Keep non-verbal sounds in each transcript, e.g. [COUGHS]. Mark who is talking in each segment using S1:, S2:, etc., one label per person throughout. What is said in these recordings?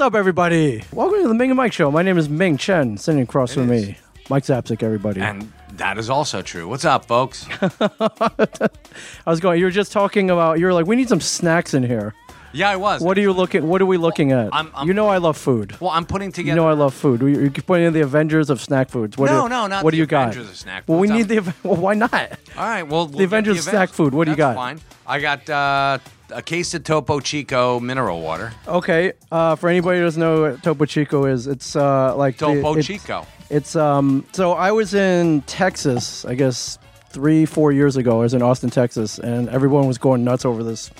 S1: up, everybody? Welcome to the Ming and Mike Show. My name is Ming Chen, sitting across from me, Mike Zapsik, everybody.
S2: And that is also true. What's up,
S1: [LAUGHS]
S2: folks?
S1: I was going, you were just talking about, you were like, we need some snacks in here.
S2: Yeah, I was.
S1: What are you looking, what are we looking at?
S2: I'm- I'm-
S1: you know I love food.
S2: Well, I'm putting
S1: You
S2: together.
S1: know I love food. We- You're putting in the Avengers of snack foods. What
S2: No,
S1: do,
S2: no, not
S1: What
S2: the
S1: do you got?
S2: Avengers of snack
S1: Well, we
S2: foods.
S1: need the. [LAUGHS] Aven- Well, why not?
S2: All right, well, we'll
S1: The
S2: get
S1: Avengers snack food. What do you
S2: That's
S1: got?
S2: Fine. I got uh, a case of Topo Chico mineral water.
S1: Okay, uh, for anybody who doesn't know what Topo Chico is, it's uh, like the-
S2: Topo
S1: it's-
S2: Chico.
S1: It's um. So I was in Texas, I guess three, four years ago. I was in Austin, Texas, and everyone was going nuts over this.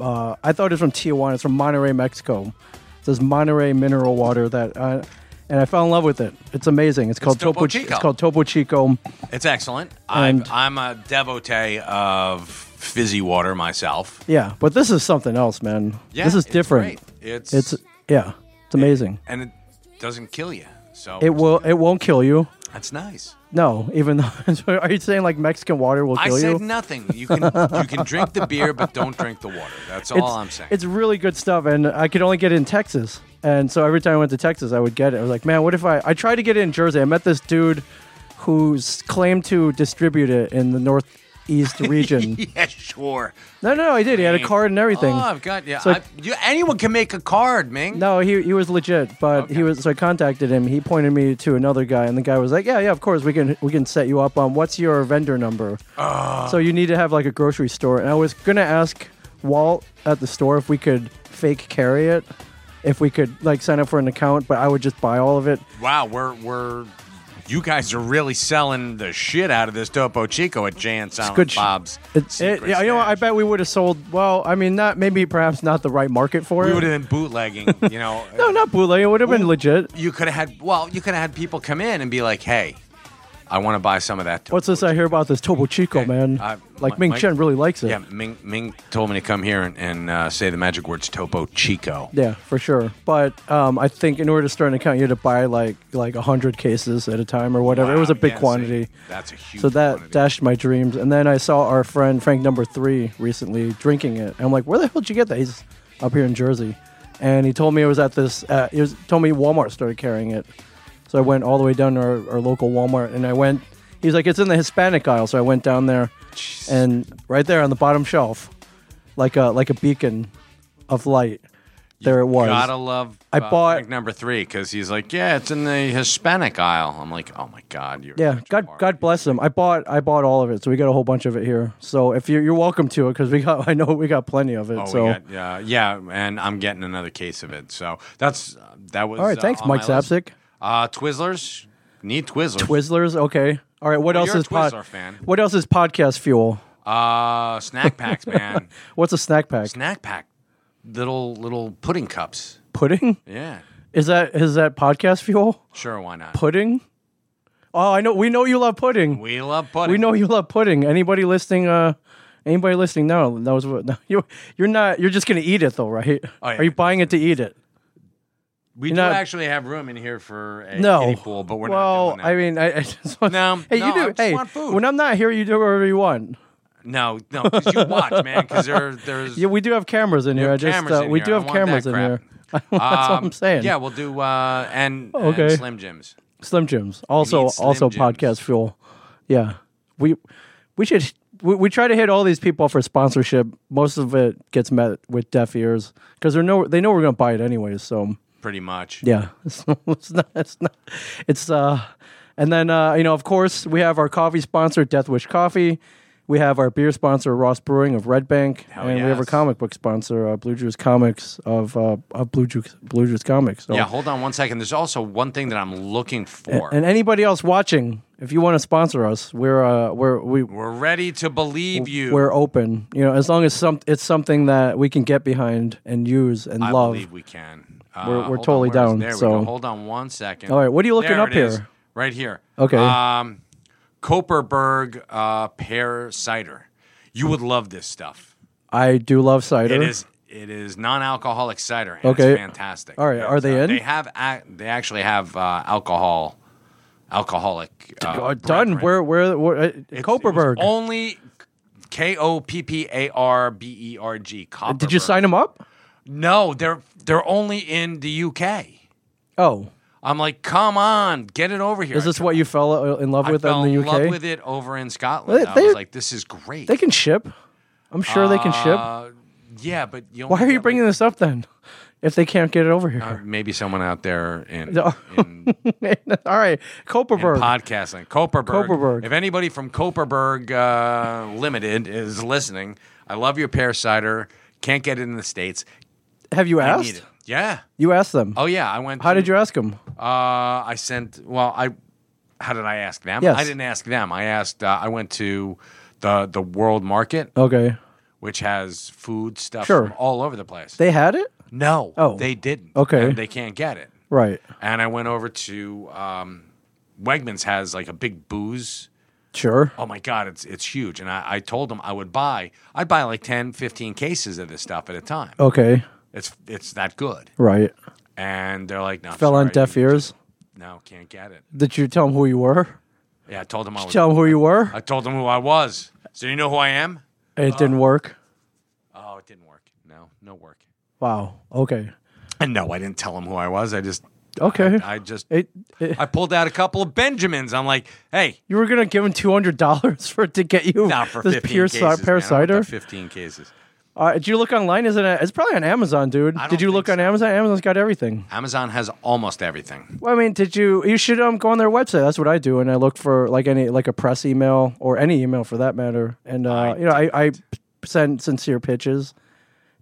S1: Uh, I thought it was from Tijuana. It's from Monterey, Mexico. It's this Monterey mineral water that, uh, and I fell in love with it. It's amazing. It's called
S2: Topo
S1: Chi-
S2: Chico.
S1: It's called Topo Chico.
S2: It's excellent. I'm,
S1: And-
S2: I'm a devotee of fizzy water myself.
S1: Yeah, but this is something else, man.
S2: Yeah,
S1: this is
S2: it's
S1: different.
S2: great. It's,
S1: It's yeah, it's amazing.
S2: and it doesn't kill you. So
S1: It, will. It won't kill you.
S2: That's nice.
S1: No, even though [LAUGHS] are you saying like Mexican water will
S2: I
S1: kill
S2: said
S1: you?
S2: nothing. You can you
S1: [LAUGHS]
S2: can drink the beer, but don't drink the water. That's all
S1: it's,
S2: I'm saying.
S1: it's really good stuff, and I could only get it in Texas. And so every time I went to Texas, I would get it. I was like, man, what if I? I tried to get it in Jersey. I met this dude who's claimed to distribute it in the
S2: [LAUGHS]
S1: northeast region.
S2: [LAUGHS] yeah, sure.
S1: No, no, no, he did. He had a card and everything.
S2: Oh, I've got yeah.
S1: So-
S2: I- you, anyone can make a card, Ming.
S1: No, he, he was legit, but
S2: Okay.
S1: he was so I contacted him. He pointed me to another guy, and the guy was like, "Yeah, yeah, of course we can we can set you up on what's your vendor number."
S2: Ah.
S1: So you need to have like a grocery store. And I was gonna ask Walt at the store if we could fake carry it, if we could like sign up for an account, but I would just buy all of it.
S2: Wow, we're we're you guys are really selling the shit out of this Topo Chico at Jan Silent
S1: good sh-
S2: Bob's.
S1: It's it,
S2: Secret
S1: yeah, you know what? I
S2: Stash.
S1: bet we would have sold. Well, I mean, not maybe perhaps not the right market for
S2: we
S1: it.
S2: would have been
S1: [LAUGHS]
S2: bootlegging. You know,
S1: no, not bootleg. It would have been
S2: Ooh.
S1: legit.
S2: You could have had well, you could have had people come in and be like, "Hey, I want to buy some of that." Topo
S1: What's this I hear about this Topo Chico,
S2: Hey,
S1: man?
S2: I-
S1: like
S2: Mi-
S1: Ming
S2: Mike-
S1: Chen really likes it.
S2: Yeah, Ming Ming told me to come here and, and uh, say the magic words Topo Chico.
S1: Yeah, for sure. But um, I think in order to start an account, you had to buy like like hundred cases at a time or whatever. it was a
S2: Wow,
S1: big
S2: yeah, see,
S1: quantity.
S2: that's a huge.
S1: so that
S2: quantity.
S1: dashed my dreams. And then I saw our friend Frank Number Three recently drinking it. And I'm like, where the hell did you get that? He's up here in Jersey, and he told me it was at this. Uh, he was told me Walmart started carrying it. So I went all the way down to our, our local Walmart, and I went. He was like, it's in the Hispanic aisle. So I went down there, and right there on the bottom shelf, like a like a beacon of light. There it was.
S2: Gotta love.
S1: I
S2: uh,
S1: bought-
S2: Frank number three because he's like, yeah, it's in the Hispanic aisle. I'm like, oh my god, you're
S1: Yeah,
S2: such a
S1: God,
S2: barb."
S1: God bless them. I bought, I bought all of it, so we got a whole bunch of it here. So if you're, you're welcome to it because we got, [LAUGHS] I know we got plenty of it.
S2: Oh,
S1: so
S2: we got, yeah, yeah, and I'm getting another case of it. So that's uh, that was.
S1: all right,
S2: uh,
S1: thanks,
S2: on
S1: Mike
S2: my list.
S1: Zapsik.
S2: Uh, Twizzlers need Twizzlers.
S1: Twizzlers, okay. All right, what
S2: Well,
S1: else
S2: Oh, you're a
S1: is pod-
S2: Twizzler fan.
S1: What else is podcast fuel?
S2: uh, snack packs,
S1: [LAUGHS]
S2: man.
S1: What's a snack pack?
S2: snack pack, little little pudding cups.
S1: pudding?
S2: Yeah,
S1: Is that is that podcast fuel?
S2: sure, why not?
S1: Pudding? Oh, I know. We know you love pudding.
S2: we love pudding.
S1: We know you love pudding. Anybody listening? Uh, anybody listening now knows what. [LAUGHS] No, you you're not. You're just gonna eat it though, right?
S2: Oh, yeah.
S1: Are you buying it to eat it?
S2: we do
S1: know-
S2: actually have room in here for a
S1: No.
S2: kiddie pool, but we're
S1: well,
S2: not doing that.
S1: I mean, I, I just want,
S2: No,
S1: [LAUGHS] Hey,
S2: no,
S1: you do.
S2: I just
S1: hey,
S2: want food.
S1: when I'm not here, you do whatever you want.
S2: no, no, because you watch, man. Because
S1: [LAUGHS]
S2: there, there's
S1: Yeah, we do have cameras in here. I
S2: have
S1: just
S2: cameras
S1: uh,
S2: in
S1: we
S2: here.
S1: do
S2: I
S1: have
S2: want
S1: cameras
S2: that
S1: in
S2: crap.
S1: here. [LAUGHS] That's what
S2: Um,
S1: I'm saying.
S2: Yeah, we'll do uh, and, and
S1: Okay.
S2: Slim Jims.
S1: Slim Jims. Also,
S2: need Slim
S1: also
S2: Jims.
S1: podcast fuel. Yeah, we we should we, we try to hit all these people for sponsorship. Most of it gets met with deaf ears because they know they know we're gonna buy it anyways. So
S2: pretty much.
S1: yeah, [LAUGHS] it's, it's not it's not it's uh, and then uh, you know of course we have our coffee sponsor Death Wish Coffee. We have our beer sponsor Ross Brewing of Red Bank, and we have our
S2: yes.
S1: comic book sponsor uh, Blue Juice Comics of uh, of Blue Juice Blue Juice Comics. So
S2: Yeah, hold on one second. There's also one thing that I'm looking for.
S1: and anybody else watching, if you want to sponsor us, we're uh, we're we,
S2: We're ready to believe you.
S1: we're open. You know, as long as some it's something that we can get behind and use and
S2: I
S1: love.
S2: believe we can. Uh,
S1: We're- we're
S2: hold on,
S1: totally
S2: where is-
S1: down,
S2: There we
S1: so-
S2: go. Hold on one second.
S1: All right, what are you looking
S2: There
S1: up
S2: it is,
S1: here?
S2: Right here.
S1: Okay.
S2: Um, Koperberg uh, pear cider. You would love this stuff.
S1: I do love cider.
S2: It is. It is non-alcohol cider. And
S1: Okay.
S2: It's fantastic.
S1: All right, are they
S2: Uh,
S1: in?
S2: They have. ac they actually have uh, alcohol. Alcoholic. Uh,
S1: Uh, done.
S2: brethren.
S1: Where where where? Uh,
S2: It's-
S1: Koperberg.
S2: it was Only K O P P A R B E R G.
S1: Did you sign him up?
S2: No, they're they're only in the UK.
S1: Oh,
S2: I'm like, come on, get it over here.
S1: is this what you fell in love
S2: I
S1: with
S2: fell
S1: in the
S2: in
S1: UK?
S2: love with it over in Scotland.
S1: They-
S2: I
S1: they-
S2: was like, this is great.
S1: They can ship. I'm sure they can ship.
S2: Uh, yeah, but you
S1: Why
S2: only
S1: are you
S2: get,
S1: bringing this up then? If they can't get it over
S2: like,
S1: here,
S2: maybe someone out there in,
S1: No.
S2: in
S1: [LAUGHS] all right, Copperberg.
S2: podcasting. Coperberg.
S1: Koperberg.
S2: If anybody from Coperberg uh, Limited is listening, I love your pear cider. Can't get it in the states.
S1: Have you
S2: I need
S1: asked?
S2: it. Yeah.
S1: You asked them.
S2: Oh yeah. I went.
S1: How did you ask them?
S2: Uh, I sent. Well, I. How did I ask them?
S1: Yes.
S2: I didn't ask them. I asked. Uh, I went to the the World Market,
S1: Okay,
S2: which has food stuff
S1: Sure.
S2: from all over the place.
S1: they had it.
S2: no.
S1: Oh.
S2: They didn't.
S1: Okay.
S2: And they can't get it.
S1: Right.
S2: And I went over to um, Wegmans has like a big booze.
S1: Sure.
S2: oh my god it's it's huge and I, I told them i would buy i'd buy like 10 15 cases of this stuff at a time
S1: Okay.
S2: it's it's that good
S1: Right.
S2: and they're like no I'm
S1: Fell on
S2: sorry,
S1: deaf
S2: you-
S1: ears.
S2: no can't get it
S1: Did you tell them who you were?
S2: yeah i told them i was
S1: Tell them who you were.
S2: Oh, i told them who i was so you know who i am
S1: It didn't
S2: uh,
S1: work.
S2: oh it didn't work no no work
S1: Wow. Okay.
S2: and no i didn't tell them who i was i just
S1: Okay.
S2: i just
S1: It, it-
S2: i pulled out a couple of benjamins i'm like hey
S1: you were gonna give him two hundred dollars [LAUGHS] for to get you
S2: not for
S1: this
S2: 15
S1: pure
S2: cases
S1: ci-
S2: man.
S1: pear
S2: I want
S1: cider.
S2: the 15 cases
S1: All right, Uh, did you look online? Is it? A, it's probably on Amazon, dude.
S2: don't
S1: Did you
S2: think
S1: look on
S2: so.
S1: Amazon? Amazon's got everything.
S2: amazon has almost everything
S1: Well, I mean, did you? You should um go on their website. That's what I do, and I look for like any like a press email or any email for that matter. And uh, you know, I, I send sincere pitches.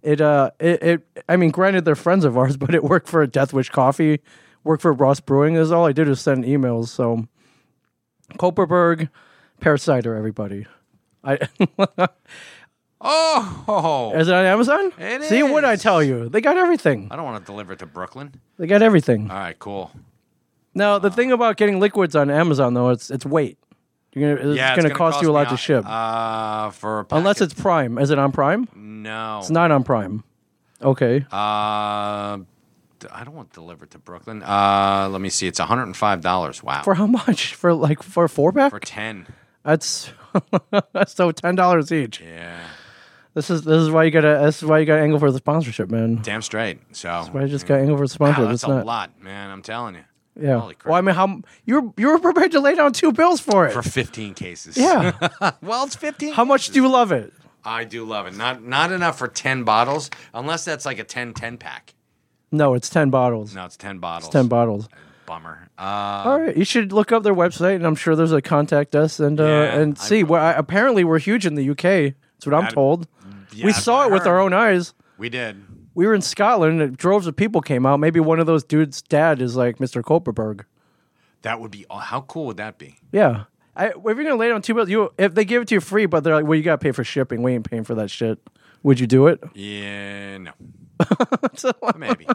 S1: It uh it, it I mean, granted they're friends of ours, [LAUGHS] but it worked for Death Wish Coffee, worked for Ross Brewing. Is all I did is send emails. So, Copperberg, pear cider, everybody. I [LAUGHS]
S2: oh
S1: is it on Amazon?
S2: It
S1: See what I
S2: is.
S1: tell you. They got everything.
S2: i don't want to deliver it to brooklyn
S1: They got everything.
S2: all right cool
S1: Now the thing about getting liquids on Amazon though, it's it's weight. You're gonna it's,
S2: Yeah,
S1: gonna,
S2: gonna
S1: cost, you a
S2: me
S1: lot to ship.
S2: Uh, for a
S1: Unless
S2: packet,
S1: it's Prime. Is it on Prime?
S2: no.
S1: It's not on Prime. Okay.
S2: Uh, d- I don't want it delivered to Brooklyn. Uh, let me see. It's one hundred and five dollars. Wow.
S1: For how much? For like for a four pack?
S2: For ten.
S1: That's [LAUGHS] so ten dollars each.
S2: Yeah.
S1: This is this is why you gotta this is why you gotta angle for the sponsorship, man.
S2: Damn straight. So.
S1: Why you just gotta angle for the sponsorship.
S2: Wow, that's
S1: it's
S2: a
S1: not
S2: lot, man. I'm telling you.
S1: yeah.
S2: Holy crap.
S1: Well, I mean how you were you were prepared to lay down two bills for it.
S2: For fifteen cases.
S1: yeah.
S2: [LAUGHS] well, it's fifteen.
S1: how much do you love it?
S2: I do love it. Not not enough for ten bottles, unless that's like a 10 10 pack.
S1: No, it's ten bottles.
S2: No, it's ten bottles.
S1: Ten bottles.
S2: Bummer. Uh,
S1: All right, you should look up their website, and I'm sure there's a contact us and uh,
S2: Yeah,
S1: and
S2: I
S1: see. Well, I, apparently we're huge in the UK. That's what I'm
S2: That- Mm,
S1: told.
S2: yeah,
S1: we
S2: that's
S1: saw
S2: what
S1: it
S2: I
S1: with our
S2: heard.
S1: own eyes.
S2: we did.
S1: We were in Scotland, and droves of people came out. Maybe one of those dudes' dad is like Mr. Koperberg.
S2: That would be. How cool would that be?
S1: Yeah. I, if you're gonna lay down two bills, you if they give it to you free, but they're like, well, you gotta pay for shipping. We ain't paying for that shit. Would you do it? [LAUGHS]
S2: Yeah. No. Maybe.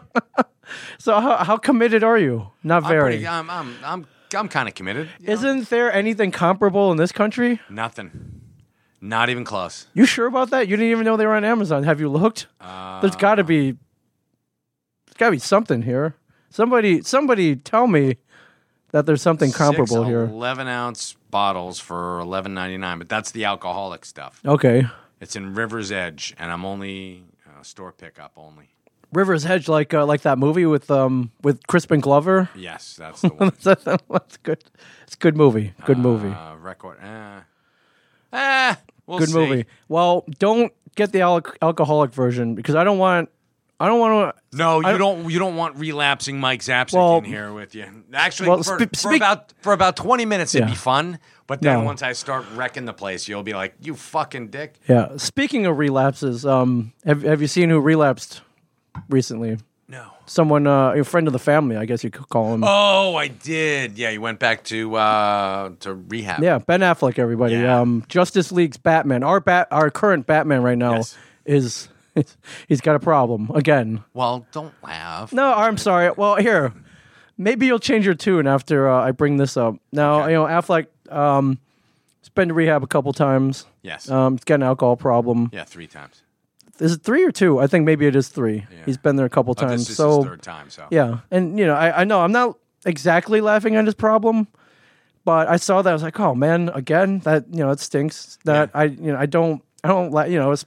S1: So how, how committed are you? Not
S2: I'm,
S1: very.
S2: pretty, I'm, I'm, I'm, I'm kind of committed. you know?
S1: Isn't there anything comparable in this country?
S2: Nothing. Not even close.
S1: You sure about that? You didn't even know they were on Amazon. Have you looked?
S2: Uh,
S1: There's got to be, there's got to be something here. Somebody, somebody, tell me that there's something comparable
S2: six
S1: here.
S2: 11 ounce bottles for 11.99, but that's the alcoholic stuff.
S1: Okay,
S2: It's in River's Edge, and I'm only uh, store pickup only.
S1: River's Hedge, like uh, like that movie with um with Crispin Glover. [LAUGHS]
S2: Yes, that's the one.
S1: That's good. It's a good movie. Good movie.
S2: Uh, record. Eh. Eh, we'll
S1: Good
S2: see.
S1: movie. Well, don't get the al- alcoholic version because I don't want. I don't want to.
S2: No, you don't. You don't want relapsing Mike Zapsik
S1: Well-
S2: in here with you. Actually,
S1: Well,
S2: for,
S1: spe-
S2: for
S1: speak-
S2: about for about twenty minutes, it'd
S1: Yeah.
S2: be fun. But then
S1: No.
S2: once I start wrecking the place, you'll be like, "You fucking dick."
S1: Yeah. Speaking of relapses, um, have have you seen who relapsed recently?
S2: No.
S1: Someone, uh, a friend of the family, I guess you could call him.
S2: Oh, I did. Yeah, you went back to uh to rehab.
S1: Yeah, Ben Affleck, everybody.
S2: Yeah.
S1: Um, Justice League's Batman. Our bat, our current Batman right now
S2: Yes.
S1: is [LAUGHS] he's got a problem again.
S2: Well, don't laugh.
S1: No, I'm sorry. Well, here, maybe you'll change your tune after uh, I bring this up. Now you know Affleck. Um, has been to rehab a couple times.
S2: Yes.
S1: Um, he's got an alcohol problem.
S2: yeah, three times.
S1: Is it three or two? I think maybe it is three. He's been there a couple
S2: But
S1: times.
S2: Oh, this is
S1: so
S2: his third time. So
S1: yeah, and you know, I, I know I'm not exactly laughing at his problem, but I saw that I was like, oh man, again, that you know, it stinks. That I you know, I don't, I don't like you know, it's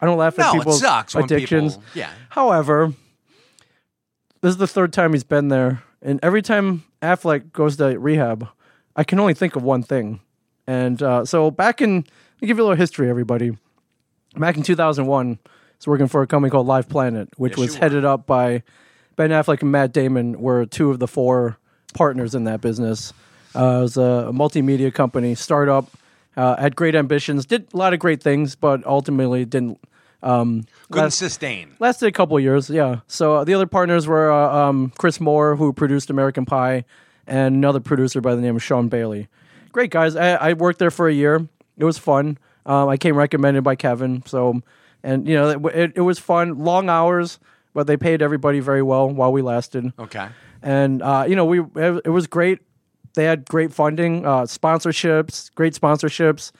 S1: I don't laugh at
S2: No, it
S1: people's
S2: sucks when
S1: addictions.
S2: people- yeah.
S1: However, this is the third time he's been there, and every time Affleck goes to rehab, I can only think of one thing. And uh, so back in, I'll give you a little history, everybody. Back in 2001, I was working for a company called Live Planet, which
S2: you
S1: was
S2: were.
S1: headed up by Ben Affleck and Matt Damon were two of the four partners in that business. Uh, it was a multimedia company, startup, uh, had great ambitions, did a lot of great things, but ultimately didn't
S2: Couldn't
S1: Last-
S2: sustain.
S1: lasted a couple of years. Yeah. So uh, the other partners were uh, um, Chris Moore, who produced American Pie, and another producer by the name of Sean Bailey. Great guys. I, I worked there for a year. It was fun. Um, I came recommended by Kevin. So, and you know, it, it, it was fun. Long hours, but they paid everybody very well while we lasted
S2: Okay.
S1: and uh, you know we it it was great. They had great funding, uh, sponsorships, great sponsorships.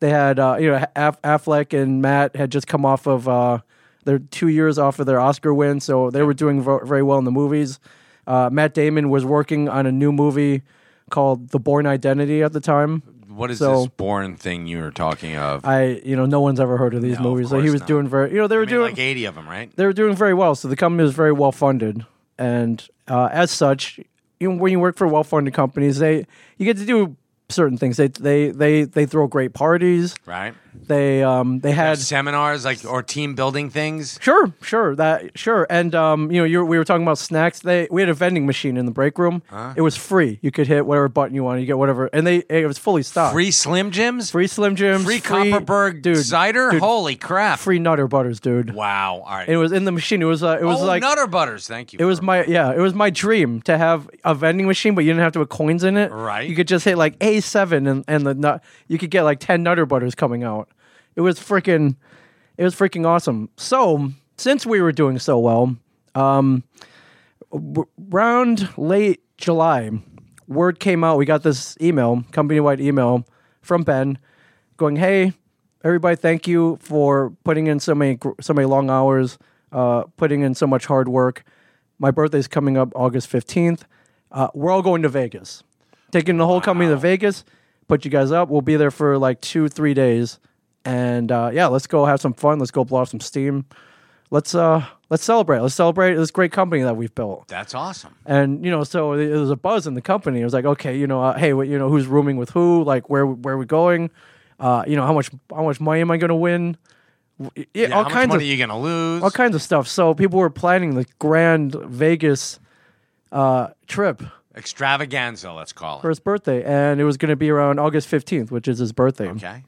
S1: They had uh, you know Aff- Affleck and Matt had just come off of uh, their two years off of their Oscar win, so they were doing vo- very well in the movies. Uh, Matt Damon was working on a new movie called The Born Identity at the time.
S2: What is
S1: So-
S2: this born thing you were talking of?
S1: I you know no one's ever heard of these
S2: No, of
S1: movies, so he
S2: course
S1: was
S2: not.
S1: doing very you know they were
S2: I mean,
S1: doing
S2: like 80 of them, right?
S1: they were doing very well. So the company was very well funded, and uh, as such, you know, when you work for well funded companies, they you get to do certain things. They they they they throw great parties.
S2: Right?
S1: They um they had.
S2: Seminars like or team building things.
S1: Sure, sure, that sure, and um, you know, you're, we were talking about snacks. They we had a vending machine in the break room. It was free. You could hit whatever button you wanted. You get whatever, and they it was fully stocked.
S2: Free Slim Jims?
S1: free Slim Jims,
S2: Free Copperberg
S1: dude,
S2: cider?
S1: dude,
S2: Holy crap.
S1: free Nutter Butters, dude.
S2: wow. All right.
S1: It was in the machine. It was uh, it was
S2: oh,
S1: like
S2: Nutter Butters. Thank you.
S1: It was my yeah, it was my dream to have a vending machine, but you didn't have to put coins in it.
S2: Right.
S1: You could just hit like A seven and and the nut you could get like ten nutter butters coming out. It was freaking it was freaking awesome. So since we were doing so well, um, round late July, word came out. We got this email, company wide email from Ben, going, "Hey, everybody, thank you for putting in so many gr- so many long hours, uh, putting in so much hard work. My birthday's coming up August fifteenth. Uh, we're all going to Vegas, taking the whole company to Vegas. Put you guys up. We'll be there for like two, three days, and uh, yeah, let's go have some fun. Let's go blow off some steam." Let's uh let's celebrate. Let's celebrate this great company that we've built.
S2: That's awesome.
S1: And you know, so there was a buzz in the company. It was like, okay, you know, uh, hey, what, you know, who's rooming with who? Like, where where are we going? Uh, you know, how much how much money am I going to win? W- Yeah,
S2: Yeah, how
S1: all
S2: much
S1: kinds
S2: money
S1: of
S2: are you going to lose?
S1: all kinds of stuff. So people were planning the grand Vegas uh, trip
S2: Extravaganza, let's call it.
S1: for his birthday, and it was going to be around August fifteenth, which is his birthday.
S2: okay.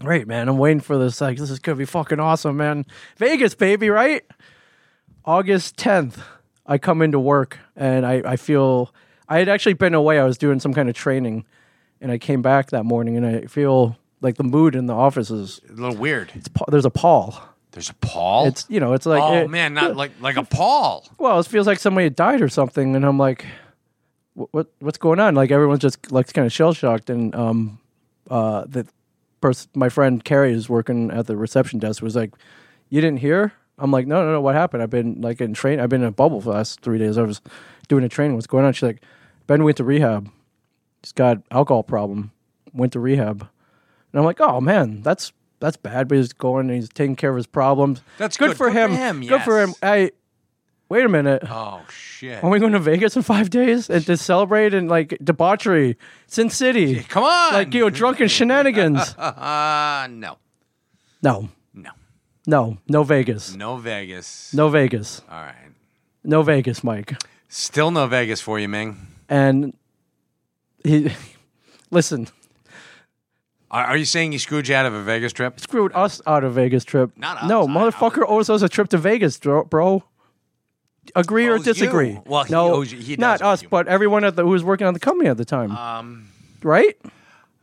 S1: Great, man. I'm waiting for this. Like, this is going to be fucking awesome, man. Vegas, baby, right? August 10th, I come into work and I, I feel I had actually been away. I was doing some kind of training and I came back that morning and I feel like the mood in the office is
S2: A little weird.
S1: it's, pa- there's a pall.
S2: There's a Paul.
S1: It's, you know, it's like,
S2: oh
S1: it-
S2: man, not like
S1: [LAUGHS]
S2: like a Paul.
S1: well, it feels like somebody had died or something. And I'm like, what, what what's going on? Like everyone's just like kind of shell shocked. And um, uh, the person, my friend Carrie, who's working at the reception desk, was like, "You didn't hear?" I'm like, "No, no, no. What happened? I've been like in train. I've been in a bubble for the last three days. I was doing a training. What's going on?" She's like, "Ben went to rehab. He's got alcohol problem. Went to rehab." And I'm like, "Oh man, that's." That's bad, but he's going and he's taking care of his problems.
S2: That's good.
S1: for
S2: Good for
S1: him.
S2: him,
S1: Good for
S2: yes.
S1: him. I wait a minute.
S2: Oh shit.
S1: Are we going to Vegas in five days and to celebrate and like debauchery, Sin City,
S2: Come on.
S1: like you know,
S2: [LAUGHS]
S1: drunken shenanigans?
S2: Uh, no,
S1: No,
S2: no,
S1: no, no Vegas,
S2: no Vegas.
S1: no Vegas,
S2: All right.
S1: no Vegas, Mike.
S2: Still no Vegas for you, Ming.
S1: And he, [LAUGHS] listen,
S2: Are, are you saying you screwed you out of a Vegas trip?
S1: screwed us out of Vegas trip.
S2: Not
S1: No,
S2: us, I-
S1: motherfucker owes us a trip to Vegas, dro- bro. Agree or
S2: Owes you.
S1: disagree?
S2: Well, he
S1: no,
S2: owes you- he does
S1: not
S2: owe
S1: us,
S2: you.
S1: but everyone at the who was working on the company at the time. Um, right?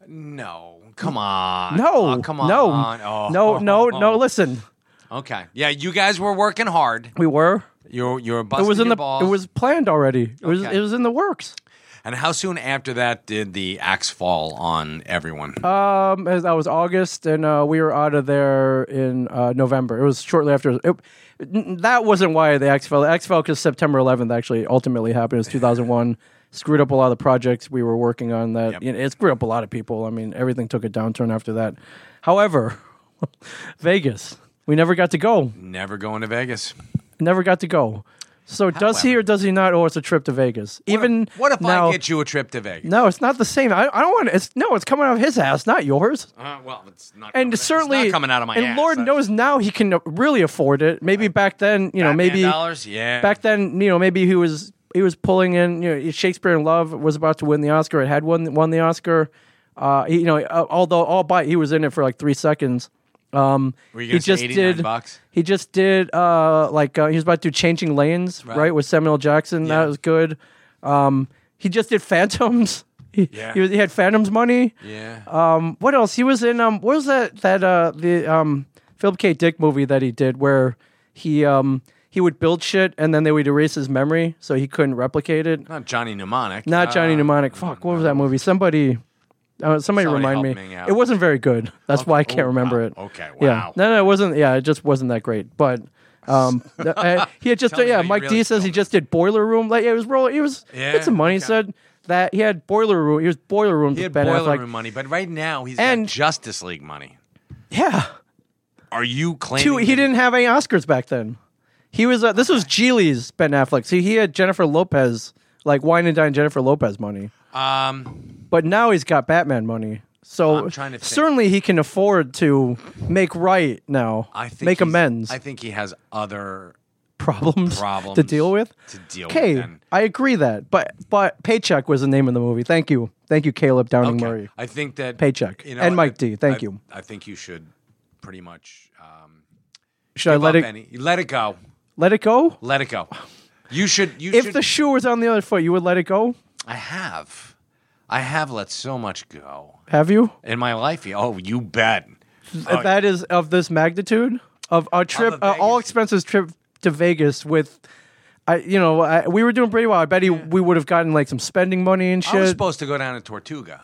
S2: No. Come on.
S1: No,
S2: Oh, come on.
S1: no,
S2: Oh.
S1: no, no, no. Listen,
S2: Okay. Yeah, you guys were working hard.
S1: we were.
S2: You're you're
S1: It
S2: busting
S1: was in
S2: your
S1: the.
S2: balls.
S1: It was planned already. It was.
S2: Okay.
S1: It was in the works.
S2: And how soon after that did the axe fall on everyone?
S1: Um, as- that was August, and uh, we were out of there in uh, November. It was shortly after. It, n- that wasn't why the X fell. The X fell because September 11th actually ultimately happened. It was 2001. [LAUGHS] screwed up a lot of the projects we were working on. That
S2: Yep.
S1: you know, it screwed up a lot of people. I mean, everything took a downturn after that. However, [LAUGHS] Vegas. We never got to go.
S2: Never going to Vegas.
S1: Never got to go. So does he
S2: However-
S1: or does he not owe us a trip to Vegas? Even
S2: what if
S1: now,
S2: I get you a trip to Vegas?
S1: No, it's not the same. I, I don't want it's no, it's coming out of his ass, not yours.
S2: Uh, well, it's not. coming,
S1: And
S2: it's
S1: certainly
S2: not coming out of my
S1: And
S2: ass.
S1: Lord
S2: That's-
S1: knows now he can really afford it. Maybe back then, you know,
S2: Batman
S1: maybe
S2: dollars. Yeah,
S1: back then, you know, maybe he was he was pulling in. You know, Shakespeare in Love was about to win the Oscar. It had won won the Oscar. Uh, he- you know, uh, although all by he was in it for like three seconds. Um,
S2: Were you
S1: he
S2: gonna say
S1: just
S2: 89
S1: did.
S2: bucks?
S1: He just did. Uh, like uh, he was about to do Changing Lanes, right?
S2: Right.
S1: with Samuel Jackson,
S2: Yeah.
S1: that was good. Um, he just did Phantoms. [LAUGHS] He,
S2: Yeah.
S1: he, was- he had Phantoms money.
S2: Yeah.
S1: Um, what else? He was in um, what was that that uh the um Philip K. Dick movie that he did where he um he would build shit and then they would erase his memory so he couldn't replicate it.
S2: not Johnny Mnemonic.
S1: Not Johnny
S2: Uh,
S1: Mnemonic. Fuck, what was that movie? Somebody. Uh, somebody,
S2: Somebody
S1: remind
S2: help
S1: me.
S2: me out.
S1: it wasn't very good. That's why I can't
S2: Oh,
S1: remember
S2: wow.
S1: it.
S2: Okay,
S1: Yeah.
S2: wow.
S1: No, no, it wasn't. Yeah, it just wasn't that great. But
S2: [LAUGHS]
S1: um, th- I- he had just
S2: Tell me
S1: yeah.
S2: how you
S1: Mike
S2: really
S1: D says he
S2: feel.
S1: just did Boiler Room. Like it was roll. He was he had
S2: Yeah,
S1: some money. He
S2: okay.
S1: said that he had Boiler Room. He was Boiler Room.
S2: He had
S1: ben
S2: Boiler
S1: Affleck.
S2: Room money, but right now he's
S1: And-
S2: got Justice League money.
S1: Yeah.
S2: Are you claiming
S1: two. He
S2: that-
S1: didn't have any Oscars back then. He was uh, this was Geely's Ben Affleck. See, he had Jennifer Lopez like wine and dine Jennifer Lopez money,
S2: Um,
S1: but now he's got Batman money. So
S2: I'm trying to think.
S1: certainly he can afford to make right now.
S2: I think
S1: make
S2: he's-
S1: amends.
S2: I think he has other
S1: problems,
S2: problems
S1: to deal with.
S2: To deal with.
S1: Okay,
S2: and-
S1: I agree that, but but paycheck was the name of the movie. Thank you, thank you, Caleb Downing
S2: Okay.
S1: Murray.
S2: I think that
S1: Paycheck. And Mike D.
S2: D.
S1: Thank
S2: I,
S1: you.
S2: I think you should pretty much um,
S1: Should I
S2: give
S1: let
S2: up
S1: it
S2: any- let it go.
S1: let it go?
S2: Let it go. You should. You
S1: If
S2: should,
S1: the shoe was on the other foot, you would let it go.
S2: I have, I have let so much go
S1: Have you?
S2: in my life. yeah. Oh, you bet.
S1: Th- that is of this magnitude of a trip,
S2: Of
S1: uh,
S2: a
S1: all
S2: Vegas.
S1: expenses trip to Vegas with. I, you know, I, we were doing pretty well. I bet he, we would have gotten like some spending money and
S2: I was
S1: shit.
S2: supposed to go down to Tortuga.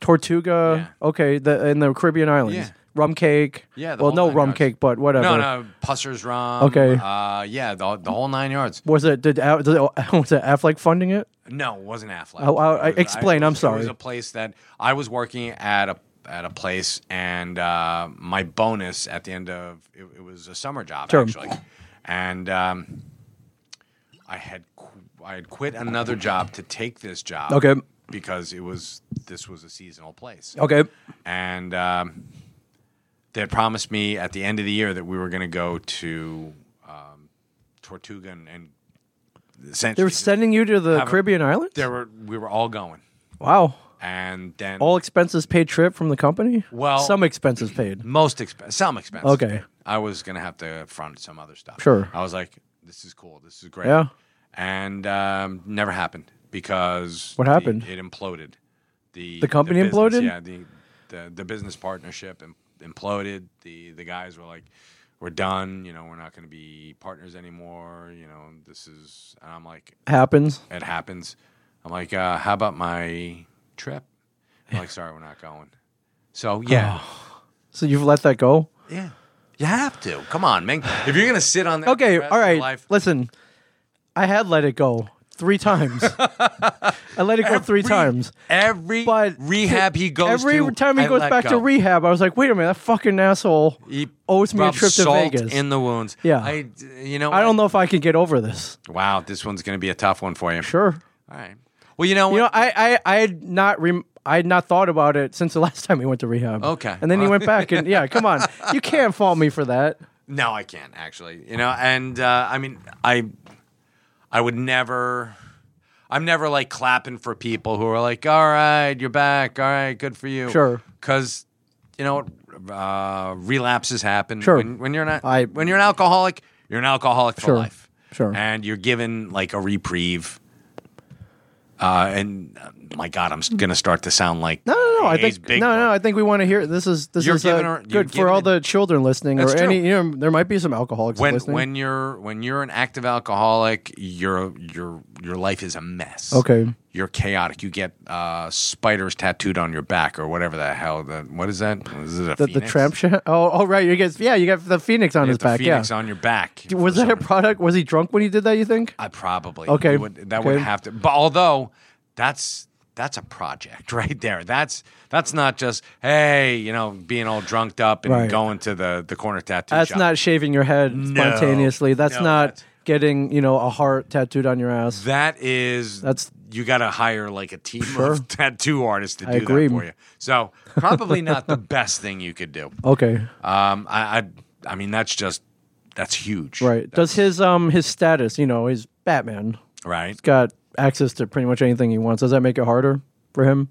S1: Tortuga, okay, the, in the Caribbean islands,
S2: Yeah.
S1: rum cake.
S2: Yeah, the
S1: well,
S2: whole
S1: no
S2: nine
S1: rum
S2: yards.
S1: cake, but whatever.
S2: No, no, Pusser's Rum.
S1: Okay.
S2: Uh, yeah, the, the whole nine yards.
S1: Was it did, Af- did [LAUGHS] was it Affleck funding it?
S2: No, it wasn't Affleck.
S1: Oh, I- I-
S2: It was-
S1: explain,
S2: it
S1: I'm
S2: was- It
S1: sorry.
S2: was a place that I was working at a at a place, and uh, my bonus at the end of it, it was a summer job
S1: Term.
S2: actually, and um, I had qu- I had quit another job to take this job.
S1: Okay.
S2: Because it was this was a seasonal place.
S1: Okay,
S2: and um, they had promised me at the end of the year that we were going to go to um, Tortuga and, and essentially
S1: they were sending you to the
S2: Have a-
S1: Caribbean islands.
S2: there were we were all going,
S1: Wow,
S2: and then
S1: all expenses paid trip from the company.
S2: Well-
S1: some expenses paid.
S2: most expense, some expenses.
S1: Okay.
S2: I was gonna have to front some other stuff.
S1: Sure.
S2: I was like, this is cool. This is great.
S1: Yeah.
S2: and um, never happened because
S1: What
S2: the-
S1: happened?
S2: it imploded. The
S1: The company
S2: business-
S1: imploded?
S2: Yeah, the, the the business partnership im- imploded. The the guys were like, we're done. You know, we're not gonna be partners anymore. You know, this is. And I'm like,
S1: Happens.
S2: it happens. I'm like, uh, how about my trip? I'm like, sorry, we're not going. So yeah,
S1: Oh. So you've let that go.
S2: yeah, you have to. Come on, man. If you're gonna sit on that, for
S1: Okay,
S2: the rest
S1: all
S2: of your
S1: right.
S2: life-
S1: Listen, I had let it go three times. I let it go three
S2: Every-
S1: times.
S2: Every
S1: But
S2: rehab he goes
S1: every
S2: to,
S1: time he
S2: I
S1: goes
S2: let
S1: back
S2: go.
S1: to rehab, I was like, wait a minute, that fucking asshole
S2: he
S1: owes me a
S2: rubs
S1: trip to
S2: salt
S1: Vegas.
S2: in the wounds.
S1: Yeah.
S2: I, you know,
S1: I don't
S2: what?
S1: know if I can get over this.
S2: Wow, this one's gonna be a tough one for you.
S1: Sure.
S2: All right. Well, you know,
S1: You know,
S2: what?
S1: I, I, I had not rem- I had not thought about it since the [LAUGHS] last time he went to rehab.
S2: Okay.
S1: And then he went back and yeah, come on. You can't fault me
S2: [LAUGHS]
S1: for that.
S2: No, I can't actually. You know, and uh, I mean, I, I would never. I'm never like clapping for people who are like, "All right, you're back. All right, good for you."
S1: Sure.
S2: Because you know, uh, relapses happen.
S1: Sure.
S2: When, when you're not,
S1: I-
S2: when you're an alcoholic, you're an alcoholic for
S1: Sure.
S2: life.
S1: Sure.
S2: And you're given like a reprieve. Uh, and uh, my God, I'm s- gonna start to sound like
S1: No, no, no. I
S2: A's
S1: think no,
S2: big
S1: no.
S2: book.
S1: I think we want to hear this is this
S2: You're
S1: is uh,
S2: giving her- you're
S1: good for all
S2: giving
S1: the children listening or
S2: That's
S1: any.
S2: true.
S1: You know, there might be some alcoholics
S2: when
S1: listening.
S2: when you're when you're an active alcoholic, your your your life is a mess.
S1: Okay.
S2: You're chaotic. You get uh, spiders tattooed on your back or whatever the hell. That what is that? Is it a
S1: the, the
S2: phoenix?
S1: tramp shit. [LAUGHS] Oh, oh, right. You get yeah. You got the phoenix on
S2: You
S1: his
S2: get the
S1: back.
S2: phoenix
S1: yeah.
S2: on your back.
S1: was
S2: for
S1: that a
S2: some-
S1: product? Was he drunk when he did that? You think?
S2: I probably
S1: Okay.
S2: You would- that would
S1: Okay.
S2: have to. But although that's that's a project [LAUGHS] right there. That's that's not just hey, you know, being all drunked up and
S1: Right.
S2: going to the the corner tattoo
S1: That's
S2: shop.
S1: not shaving your head spontaneously. That's
S2: No,
S1: not
S2: that's-
S1: getting you know a heart tattooed on your ass.
S2: That is
S1: That's-
S2: you got to hire like a team of [LAUGHS] tattoo artists to do
S1: I agree.
S2: that for you. So probably not the best thing you could do.
S1: Okay,
S2: Um, I, I I mean that's just that's huge,
S1: right. Does his um his status? You know, he's Batman.
S2: Right?
S1: Got access to pretty much anything he wants. Does that make it harder for him?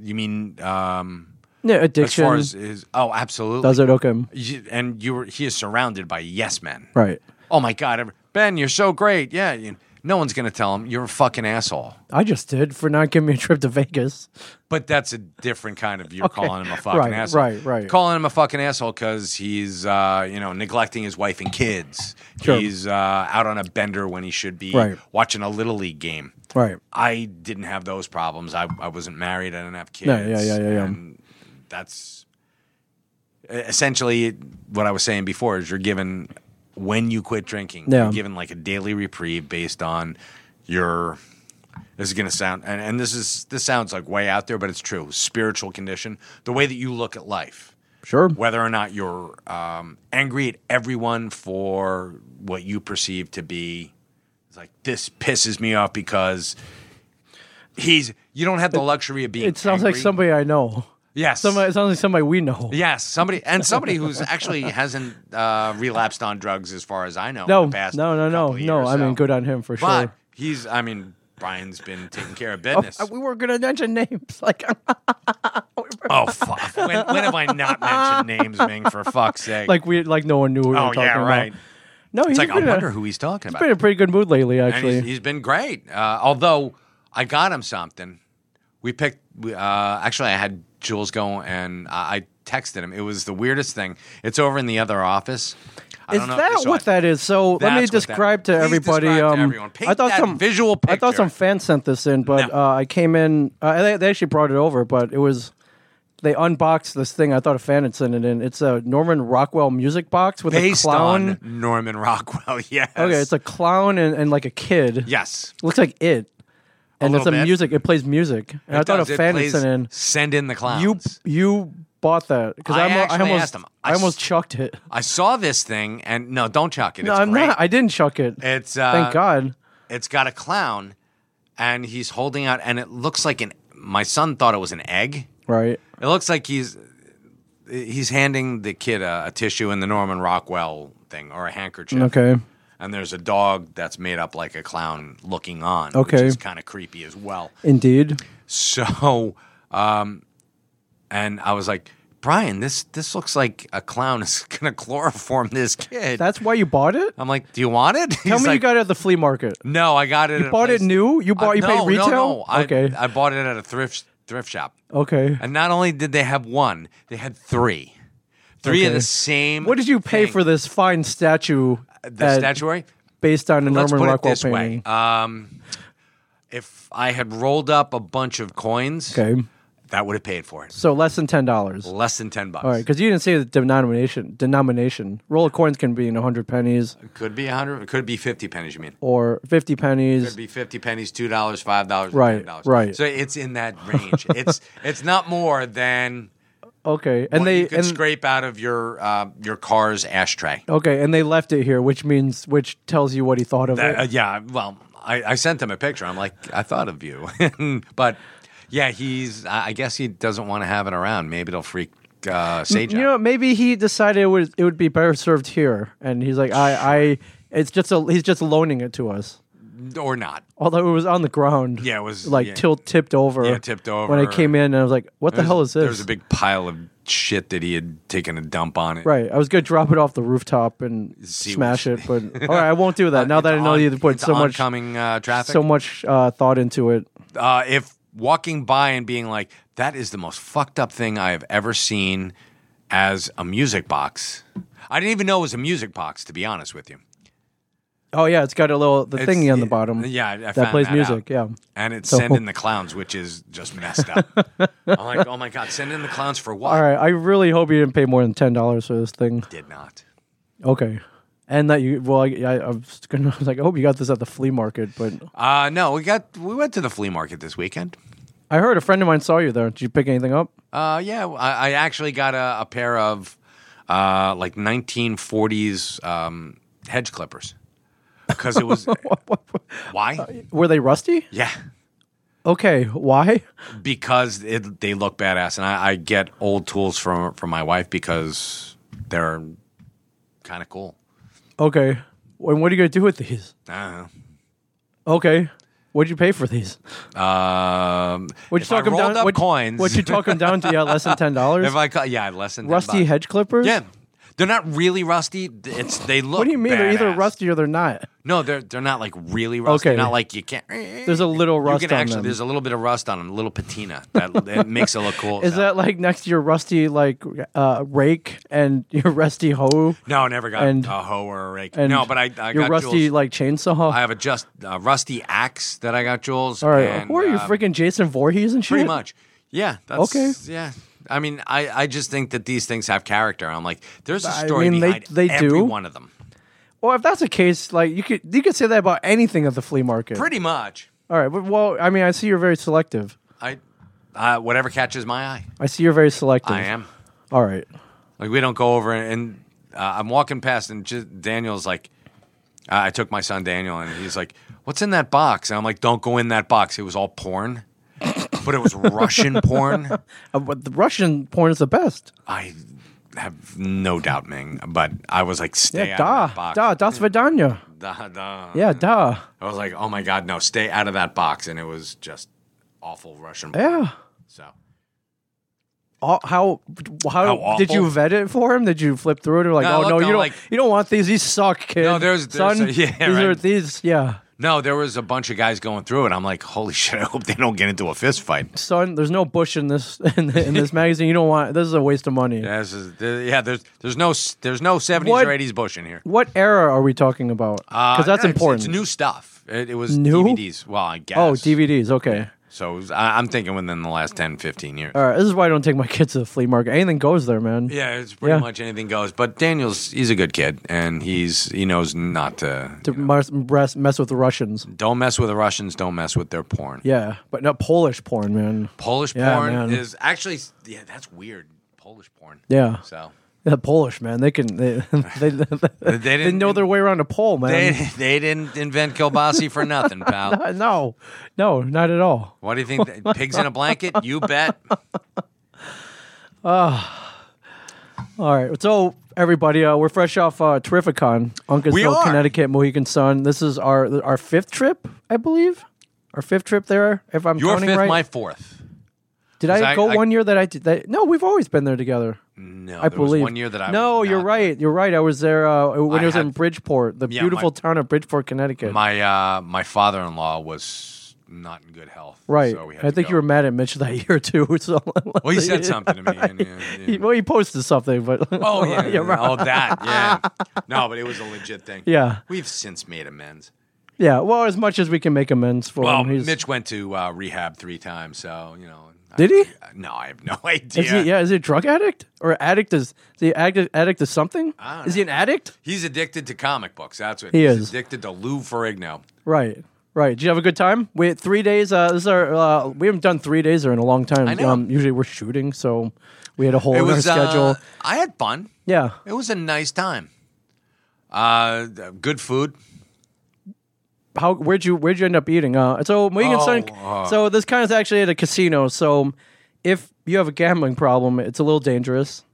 S2: You mean um,
S1: Yeah,
S2: as
S1: addiction.
S2: far as his? Oh, absolutely.
S1: does it? Okay,
S2: You- and you were he is surrounded by yes men.
S1: right.
S2: Oh my God, every- Ben, you're so great. Yeah, you- no one's gonna tell him you're a fucking asshole.
S1: I just did for not giving me a trip to Vegas.
S2: But that's a different kind of you're calling him a fucking
S1: Right,
S2: asshole.
S1: right, right.
S2: Calling him a fucking asshole because he's uh, you know neglecting his wife and kids.
S1: Sure.
S2: He's uh, out on a bender when he should be
S1: Right.
S2: watching a little league game.
S1: Right.
S2: I didn't have those problems. I, I wasn't married. I didn't have kids.
S1: Yeah, yeah, yeah, yeah, yeah.
S2: And that's essentially what I was saying before. Is you're given when you quit drinking,
S1: Yeah.
S2: you're given like a daily reprieve based on your. This is gonna sound, and, and this is this sounds like way out there, but it's true. Spiritual condition, the way that you look at life
S1: Sure.
S2: whether or not you're um, angry at everyone for what you perceive to be it's like this pisses me off because he's you don't have the luxury of being
S1: It sounds like
S2: angry.
S1: somebody I know.
S2: yes
S1: Somebody. It sounds like somebody we know.
S2: yes somebody and somebody who's actually hasn't uh, relapsed on drugs as far as I know in
S1: No,
S2: the past
S1: no, no, no,
S2: couple of
S1: no.
S2: years,
S1: I mean,
S2: so.
S1: good on him for
S2: but
S1: sure. Oh,
S2: he's I mean Brian's been taking care
S1: [LAUGHS]
S2: of business
S1: We were gonna
S2: [LAUGHS]
S1: mention names, like
S2: oh fuck when, when have I not mentioned names Ming for
S1: [LAUGHS]
S2: fuck's sake
S1: like we like no one knew what we were
S2: oh
S1: talking
S2: yeah
S1: about.
S2: right
S1: No,
S2: it's
S1: he's
S2: like I
S1: been in a-
S2: wonder who he's talking about
S1: been in a pretty good mood lately,
S2: and
S1: actually.
S2: he's, he's been great. Uh, although I got him something. We picked. we, Uh, actually, I had Jules go and I, I texted him. It was the weirdest thing. It's over in the other office. I
S1: is
S2: don't know,
S1: that
S2: so
S1: what
S2: I-
S1: that is? So let
S2: That's what
S1: me
S2: that-
S1: describe to
S2: Please
S1: everybody.
S2: describe to
S1: um,
S2: everyone. Paint
S1: I thought
S2: that
S1: some
S2: visual
S1: I thought some
S2: picture.
S1: fan sent this in, but
S2: No.
S1: uh, I came in. Uh, they, they actually brought it over, but it was they unboxed this thing. I thought a fan had sent it in. It's a Norman Rockwell music box with
S2: based
S1: a clown.
S2: on Norman Rockwell? [LAUGHS] Yes.
S1: Okay, it's a clown and, and like a kid.
S2: yes.
S1: looks like it, and it's a
S2: little bit.
S1: music. It plays music. And I thought
S2: does.
S1: a
S2: It
S1: fan had
S2: plays
S1: sent in.
S2: Send in the clowns.
S1: You you bought that because
S2: I
S1: I, almo- I
S2: actually
S1: almost
S2: asked him.
S1: I,
S2: I s-
S1: almost chucked it.
S2: I saw this thing and no, don't chuck it.
S1: No,
S2: it's
S1: I'm
S2: great.
S1: not. I didn't chuck it.
S2: It's uh,
S1: Thank God.
S2: it's got a clown and he's holding out and it looks like an my son thought it was an egg
S1: Right.
S2: it looks like he's he's handing the kid a, a tissue in the norman rockwell thing or a handkerchief
S1: Okay.
S2: and there's a dog that's made up like a clown looking on which
S1: Okay.
S2: is kind of creepy as well
S1: Indeed.
S2: so um and i was like brian this this looks like a clown is [LAUGHS] gonna chloroform this kid
S1: That's why you bought it.
S2: i'm like do you want it [LAUGHS]
S1: Tell me you got it at the flea market.
S2: no i got it you
S1: Bought it new. You bought.
S2: Uh,
S1: you
S2: no,
S1: paid retail.
S2: No, no. I,
S1: okay.
S2: I bought it at a thrift thrift shop.
S1: okay.
S2: And not only did they have one, they had three. Three of
S1: Okay.
S2: the same.
S1: What did you pay
S2: thing.
S1: for this fine statue?
S2: the
S1: at-
S2: statuary?
S1: based on a
S2: Let's
S1: Norman
S2: put
S1: Rockwell
S2: it this
S1: painting.
S2: way. Um, if I had rolled up a bunch of coins,
S1: Okay.
S2: that would have paid for it.
S1: So less than ten dollars.
S2: Less than ten bucks.
S1: All right, because you didn't say the denomination. Denomination. Roll of coins can be in hundred pennies
S2: Could be a hundred. It Could be fifty pennies. You mean?
S1: or fifty pennies.
S2: Could be fifty pennies, two dollars, five dollars,
S1: Right,
S2: ten dollars.
S1: right.
S2: So it's in that [LAUGHS] range. it's it's not more than
S1: Okay, and
S2: what
S1: they
S2: you could
S1: and
S2: scrape out of your uh, your car's ashtray.
S1: okay, and they left it here, which means which tells you what he thought of
S2: That-
S1: it.
S2: uh, yeah, well, I, I sent him a picture. I'm like, I thought of you, [LAUGHS] but yeah, he's. I I guess he doesn't want to have it around. Maybe it'll freak uh, Sage
S1: You
S2: out.
S1: know, maybe he decided it would it would be better served here, and he's like, I, I, it's just a he's just loaning it to us.
S2: or not.
S1: Although it was on the ground,
S2: Yeah, it was-
S1: like
S2: yeah.
S1: tilt tipped over.
S2: Yeah, tipped over.
S1: When I came in, and I was like, "What the hell is
S2: There
S1: this?"
S2: was a big pile of shit that he had taken a dump on it.
S1: right, I was gonna drop it off the rooftop and
S2: See
S1: smash
S2: what- [LAUGHS]
S1: it, but all right, I won't do that now
S2: It's
S1: that I know
S2: on-
S1: you put
S2: it's
S1: so much
S2: oncoming uh, traffic.
S1: so much uh, thought into it.
S2: uh, if walking by and being like, that is the most fucked up thing I have ever seen as a music box. I didn't even know it was a music box, to be honest with you.
S1: Oh yeah, it's got a little the
S2: It's-
S1: thingy on the
S2: it-
S1: bottom.
S2: Yeah, I- I
S1: that
S2: found
S1: plays
S2: that
S1: music.
S2: out.
S1: Yeah.
S2: and it's
S1: So-
S2: send in the clowns, which is just messed up. I'm like, oh my god, send in the clowns for what?
S1: All right, I really hope you didn't pay more than ten dollars for this thing.
S2: Did not.
S1: Okay, and that you well, I, I, I was gonna [LAUGHS] I was like, I hope you got this at the flea market, but
S2: Uh no, we got we went to the flea market this weekend.
S1: I heard a friend of mine saw you there. Did you pick anything up?
S2: Uh, yeah, I, I actually got a, a pair of uh, like 1940s um, hedge clippers because it
S1: [LAUGHS]
S2: was why?
S1: Were they rusty?
S2: Yeah,
S1: Okay, why?
S2: because it, they look badass, and I, I get old tools from from my wife because they're kind of cool.
S1: Okay, and what are you gonna do with these?
S2: I
S1: Okay, what'd you pay for these?
S2: don't know. Um,
S1: Would you
S2: if I
S1: talk them
S2: rolled
S1: down?
S2: up
S1: would,
S2: coins?
S1: Would
S2: [LAUGHS]
S1: you talk them down to yeah, less than ten dollars?
S2: If I ca- yeah, less than 10
S1: Rusty
S2: bucks.
S1: hedge clippers?
S2: Yeah, they're not really rusty. It's they look.
S1: What do you mean? They're either
S2: badass.
S1: rusty or they're not.
S2: No, they're they're not like really rusty.
S1: Okay.
S2: Not like you can't.
S1: There's a little rust
S2: you
S1: on
S2: can actually.
S1: them.
S2: There's a little bit of rust on them, a little patina that it makes it look cool.
S1: [LAUGHS] Is
S2: no.
S1: that like next to your rusty like uh, rake and [LAUGHS] your rusty hoe
S2: no? I Never got
S1: and-
S2: a hoe or a rake.
S1: and
S2: No, but I, I
S1: your
S2: got
S1: rusty
S2: Jules.
S1: like chainsaw?
S2: I have a just a rusty axe that I got Jules.
S1: All right,
S2: and,
S1: who are you,
S2: um,
S1: freaking Jason Voorhees and shit?
S2: Pretty much. Yeah. That's,
S1: Okay.
S2: Yeah. I mean, I, I just think that these things have character. I'm like, there's a
S1: I
S2: story
S1: mean, they-
S2: behind
S1: they
S2: every
S1: do.
S2: one of them.
S1: Well, if that's the case, like you could you could say that about anything at the flea market.
S2: Pretty much.
S1: All right, but, well, I mean, I see you're very selective.
S2: I uh, whatever catches my eye,
S1: I see you're very selective.
S2: I am.
S1: All right.
S2: Like we don't go over and, and uh, I'm walking past and just, Daniel's like, uh, I took my son Daniel and he's like, "What's in that box?" And I'm like, "Don't go in that box. It was all porn, but it was
S1: [LAUGHS]
S2: Russian porn."
S1: Uh, but the Russian porn is the best.
S2: I have no doubt, Ming, but I was like, "Stay out
S1: Yeah,
S2: of that
S1: da,
S2: box." Mm-hmm.
S1: da, das Vidania.
S2: da, da.
S1: Yeah, da.
S2: I was like, "Oh my god, no! Stay out of that box." And it was just awful Russian. porn.
S1: Yeah.
S2: So
S1: Aw- How, how did
S2: awful?
S1: you vet it for him? Did you flip through it or like,
S2: No, I
S1: oh no,
S2: looked
S1: you
S2: on,
S1: don't
S2: like-
S1: you don't want these. These suck, kid.
S2: No, there's- there's-
S1: son.
S2: [LAUGHS] yeah,
S1: these are
S2: right.
S1: these. Yeah,
S2: no, there was a bunch of guys going through it. I'm like, "Holy [LAUGHS] shit! I hope they don't get into a fist fight."
S1: son. There's no bush in this [LAUGHS] in, the, in
S2: [LAUGHS]
S1: this magazine. You don't want. This is a waste of money.
S2: Yeah, This is, there, yeah, there's there's no s- there's no 70s
S1: What-
S2: or 80s Bush in here.
S1: What era are we talking about?
S2: Uh,
S1: Because that's
S2: no, it's-
S1: important.
S2: It's, new stuff. It, it was
S1: New?
S2: DVDs. Well, I guess.
S1: Oh, DVDs. Okay.
S2: So it was- I, I'm thinking within the last 10, 15 years.
S1: All right. This is why I don't take my [LAUGHS] kids to the flea market. Anything goes there, man.
S2: Yeah, it's pretty
S1: Yeah.
S2: much anything goes. But Daniel's he's a good kid, and he's he knows not to.
S1: To mess, mess, mess with the Russians.
S2: Don't mess with the Russians. Don't mess with their porn.
S1: Yeah, but not Polish porn, man.
S2: Polish
S1: Yeah,
S2: porn
S1: man.
S2: is actually yeah, that's weird. Polish porn.
S1: Yeah. [LAUGHS]
S2: So
S1: Yeah, Polish man. They can. They [LAUGHS] they, they,
S2: didn't-
S1: know their way around a pole,
S2: they
S1: man.
S2: they didn't invent kielbasi for nothing, pal.
S1: [LAUGHS] Uh, no, no, not at all.
S2: What do you think? that- Pigs in a blanket? You
S1: [LAUGHS]
S2: bet.
S1: All right. So everybody, uh, we're fresh off uh, Terrificon, Uncasville,
S2: are.
S1: Connecticut, Mohegan Sun. This is our our fifth trip, I believe. Our fifth trip there, if I'm
S2: Your
S1: counting
S2: fifth,
S1: right.
S2: my fourth.
S1: Did I
S2: I-
S1: go
S2: I-
S1: one year that I did that? No, we've always been there together.
S2: No,
S1: I
S2: there
S1: believe
S2: was one year that I
S1: No,
S2: was
S1: you're
S2: not-
S1: right. You're right. I was there uh, when
S2: I
S1: it was in
S2: had-
S1: Bridgeport, the
S2: Yeah,
S1: beautiful
S2: my-
S1: town of Bridgeport, Connecticut.
S2: My uh, my father in law was not in good health.
S1: right.
S2: So we had
S1: I
S2: to
S1: think
S2: go.
S1: you were mad at Mitch that [LAUGHS] year too. So
S2: Well, he
S1: [LAUGHS]
S2: said something to me. and, uh,
S1: He,
S2: yeah.
S1: well, he posted something, but
S2: Oh yeah,
S1: [LAUGHS] You're right.
S2: all that. Yeah. No, but it was a legit thing.
S1: [LAUGHS] Yeah.
S2: We've since made amends.
S1: yeah. Well, as much as we can make amends for
S2: Well,
S1: him, he's,
S2: Mitch went to uh, rehab three times, so you know.
S1: Did he?
S2: I, no, I have no [LAUGHS] idea.
S1: Is he, yeah, is he a drug addict or addict is the addict, addict is something?
S2: I don't
S1: Is he an addict?
S2: He's addicted to comic books. That's what
S1: He
S2: he's
S1: is.
S2: addicted to Lou Ferrigno.
S1: Right, right. Did you have a good time? We had three days. Uh, this is our uh, we haven't done three days there in a long time. Um,
S2: I know.
S1: usually we're shooting, so we had a hole
S2: It
S1: in
S2: was
S1: our
S2: uh,
S1: schedule.
S2: I had fun.
S1: yeah,
S2: It was a nice time. Uh, good food.
S1: how where'd you where'd you end up eating? Uh, so Mohegan
S2: Oh,
S1: Sun.
S2: uh.
S1: so this kind of is actually at a casino. So if you have a gambling problem, it's a little dangerous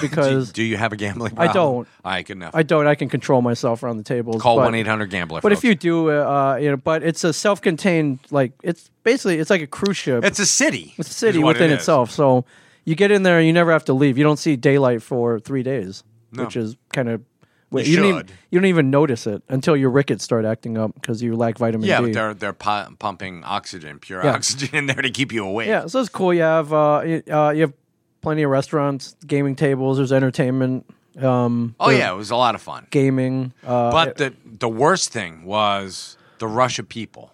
S1: because
S2: [LAUGHS] Do you have a gambling
S1: I
S2: problem?
S1: don't.
S2: All right, good enough.
S1: I don't. I can control myself around the tables.
S2: Call
S1: but-
S2: one eight hundred gambler.
S1: But if you do, uh, you know, but it's a self-contained, like it's basically it's like a cruise ship.
S2: it's a city,
S1: It's a city
S2: is what
S1: within
S2: it is.
S1: itself. So you get in there, and you never have to leave. You don't see daylight for three days, which is kind of. You, don't even,
S2: should.
S1: you don't even notice it until your rickets start acting up because you lack vitamin
S2: Yeah,
S1: D.
S2: but they're they're pu- pumping oxygen, pure
S1: Yeah.
S2: [LAUGHS] oxygen in there to keep you awake.
S1: yeah, so it's cool. You have uh, you, uh, you have plenty of restaurants, gaming tables. There's entertainment, um,
S2: Oh yeah, it was a lot of fun.
S1: gaming. Uh,
S2: But the the worst thing was the Russia people.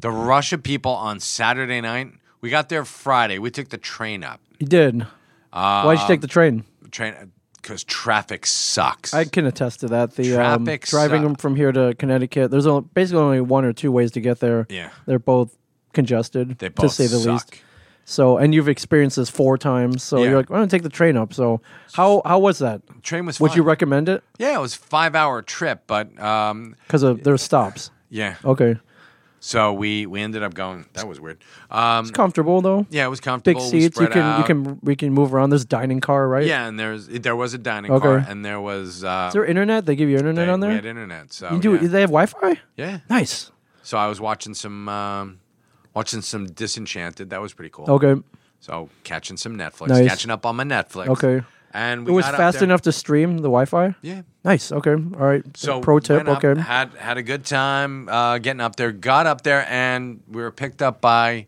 S2: The Russia people on Saturday night. We got there Friday. We took the train up.
S1: you did.
S2: Uh,
S1: Why'd you take the train?
S2: Train because traffic sucks.
S1: I can attest to that. The um,
S2: Traffic
S1: driving
S2: suck.
S1: from here to Connecticut, there's only, basically only one or two ways to get there.
S2: Yeah.
S1: they're both congested,
S2: They
S1: to
S2: both
S1: say the
S2: suck.
S1: least. So, and you've experienced this four times. So
S2: Yeah.
S1: you're like, I'm gonna take the train up. So how how was that?
S2: Train was
S1: Would
S2: fun.
S1: you recommend it?
S2: yeah, it was a five hour trip, but um,
S1: Because there's stops.
S2: yeah.
S1: Okay,
S2: So we we ended up going. That was weird. Um,
S1: it's comfortable though.
S2: yeah, it was
S1: Big
S2: comfortable. We
S1: seats. You
S2: spread
S1: can you
S2: out.
S1: can we can move around. There's dining car, right?
S2: Yeah, and there's there was a dining
S1: Okay.
S2: car, and there was uh,
S1: Is there internet? They give you internet
S2: they-
S1: on there.
S2: We had internet, so
S1: you do.
S2: yeah.
S1: They have Wi-Fi.
S2: yeah.
S1: Nice.
S2: So I was watching some um, watching some Disenchanted. That was pretty cool.
S1: Okay.
S2: So catching some Netflix,
S1: Nice.
S2: catching up on my Netflix.
S1: Okay.
S2: And
S1: It
S2: we
S1: was
S2: got up
S1: fast
S2: there-
S1: enough to stream the Wi-Fi.
S2: Yeah.
S1: Nice. Okay. All right.
S2: So
S1: pro tip.
S2: went up,
S1: Okay.
S2: had had a good time uh, getting up there. Got up there, and we were picked up by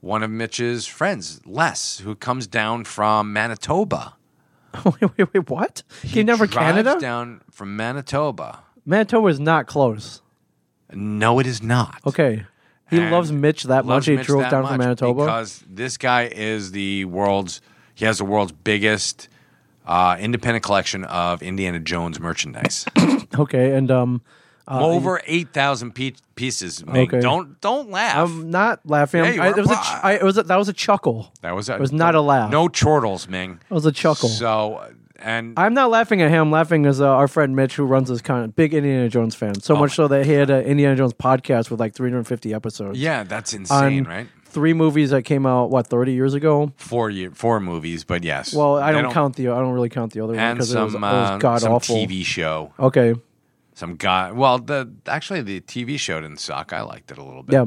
S2: one of Mitch's friends, Les, who comes down from Manitoba.
S1: [LAUGHS] wait, wait, wait. What? He never
S2: drives
S1: Canada.
S2: down from Manitoba.
S1: Manitoba is not close.
S2: No, it is not.
S1: Okay. He
S2: And
S1: loves Mitch that
S2: Loves
S1: much. He
S2: Mitch
S1: drove
S2: that
S1: down from
S2: much
S1: Manitoba.
S2: because this guy is the world's. He has the world's biggest uh, independent collection of Indiana Jones
S1: [COUGHS]
S2: merchandise.
S1: Uh, [LAUGHS] okay, and um, uh,
S2: Over eight thousand pe- pieces. Ming.
S1: Okay.
S2: Don't don't laugh.
S1: I'm not laughing.
S2: Yeah, you
S1: I'm- I,
S2: are.
S1: it was a ch- I- it was a, that was a chuckle.
S2: that was a,
S1: it was not a laugh. Oh,
S2: No chortles, Ming.
S1: It was a chuckle.
S2: So uh, and
S1: I'm not laughing at him. I'm laughing as uh, our friend Mitch, who runs this kind of big Indiana Jones fan.
S2: Oh
S1: So much so that he had an Indiana Jones podcast with like 350 episodes.
S2: yeah, that's insane,
S1: on
S2: right?
S1: Three movies that came out what 30 years ago.
S2: Four year, four movies, but yes.
S1: Well, I
S2: They
S1: don't, count the I don't really count the other one
S2: and
S1: because it was,
S2: some
S1: it
S2: uh,
S1: was god
S2: some
S1: awful.
S2: TV show.
S1: Okay,
S2: Some guy. Well, the actually the TV show didn't suck. I liked it a little bit.
S1: yeah.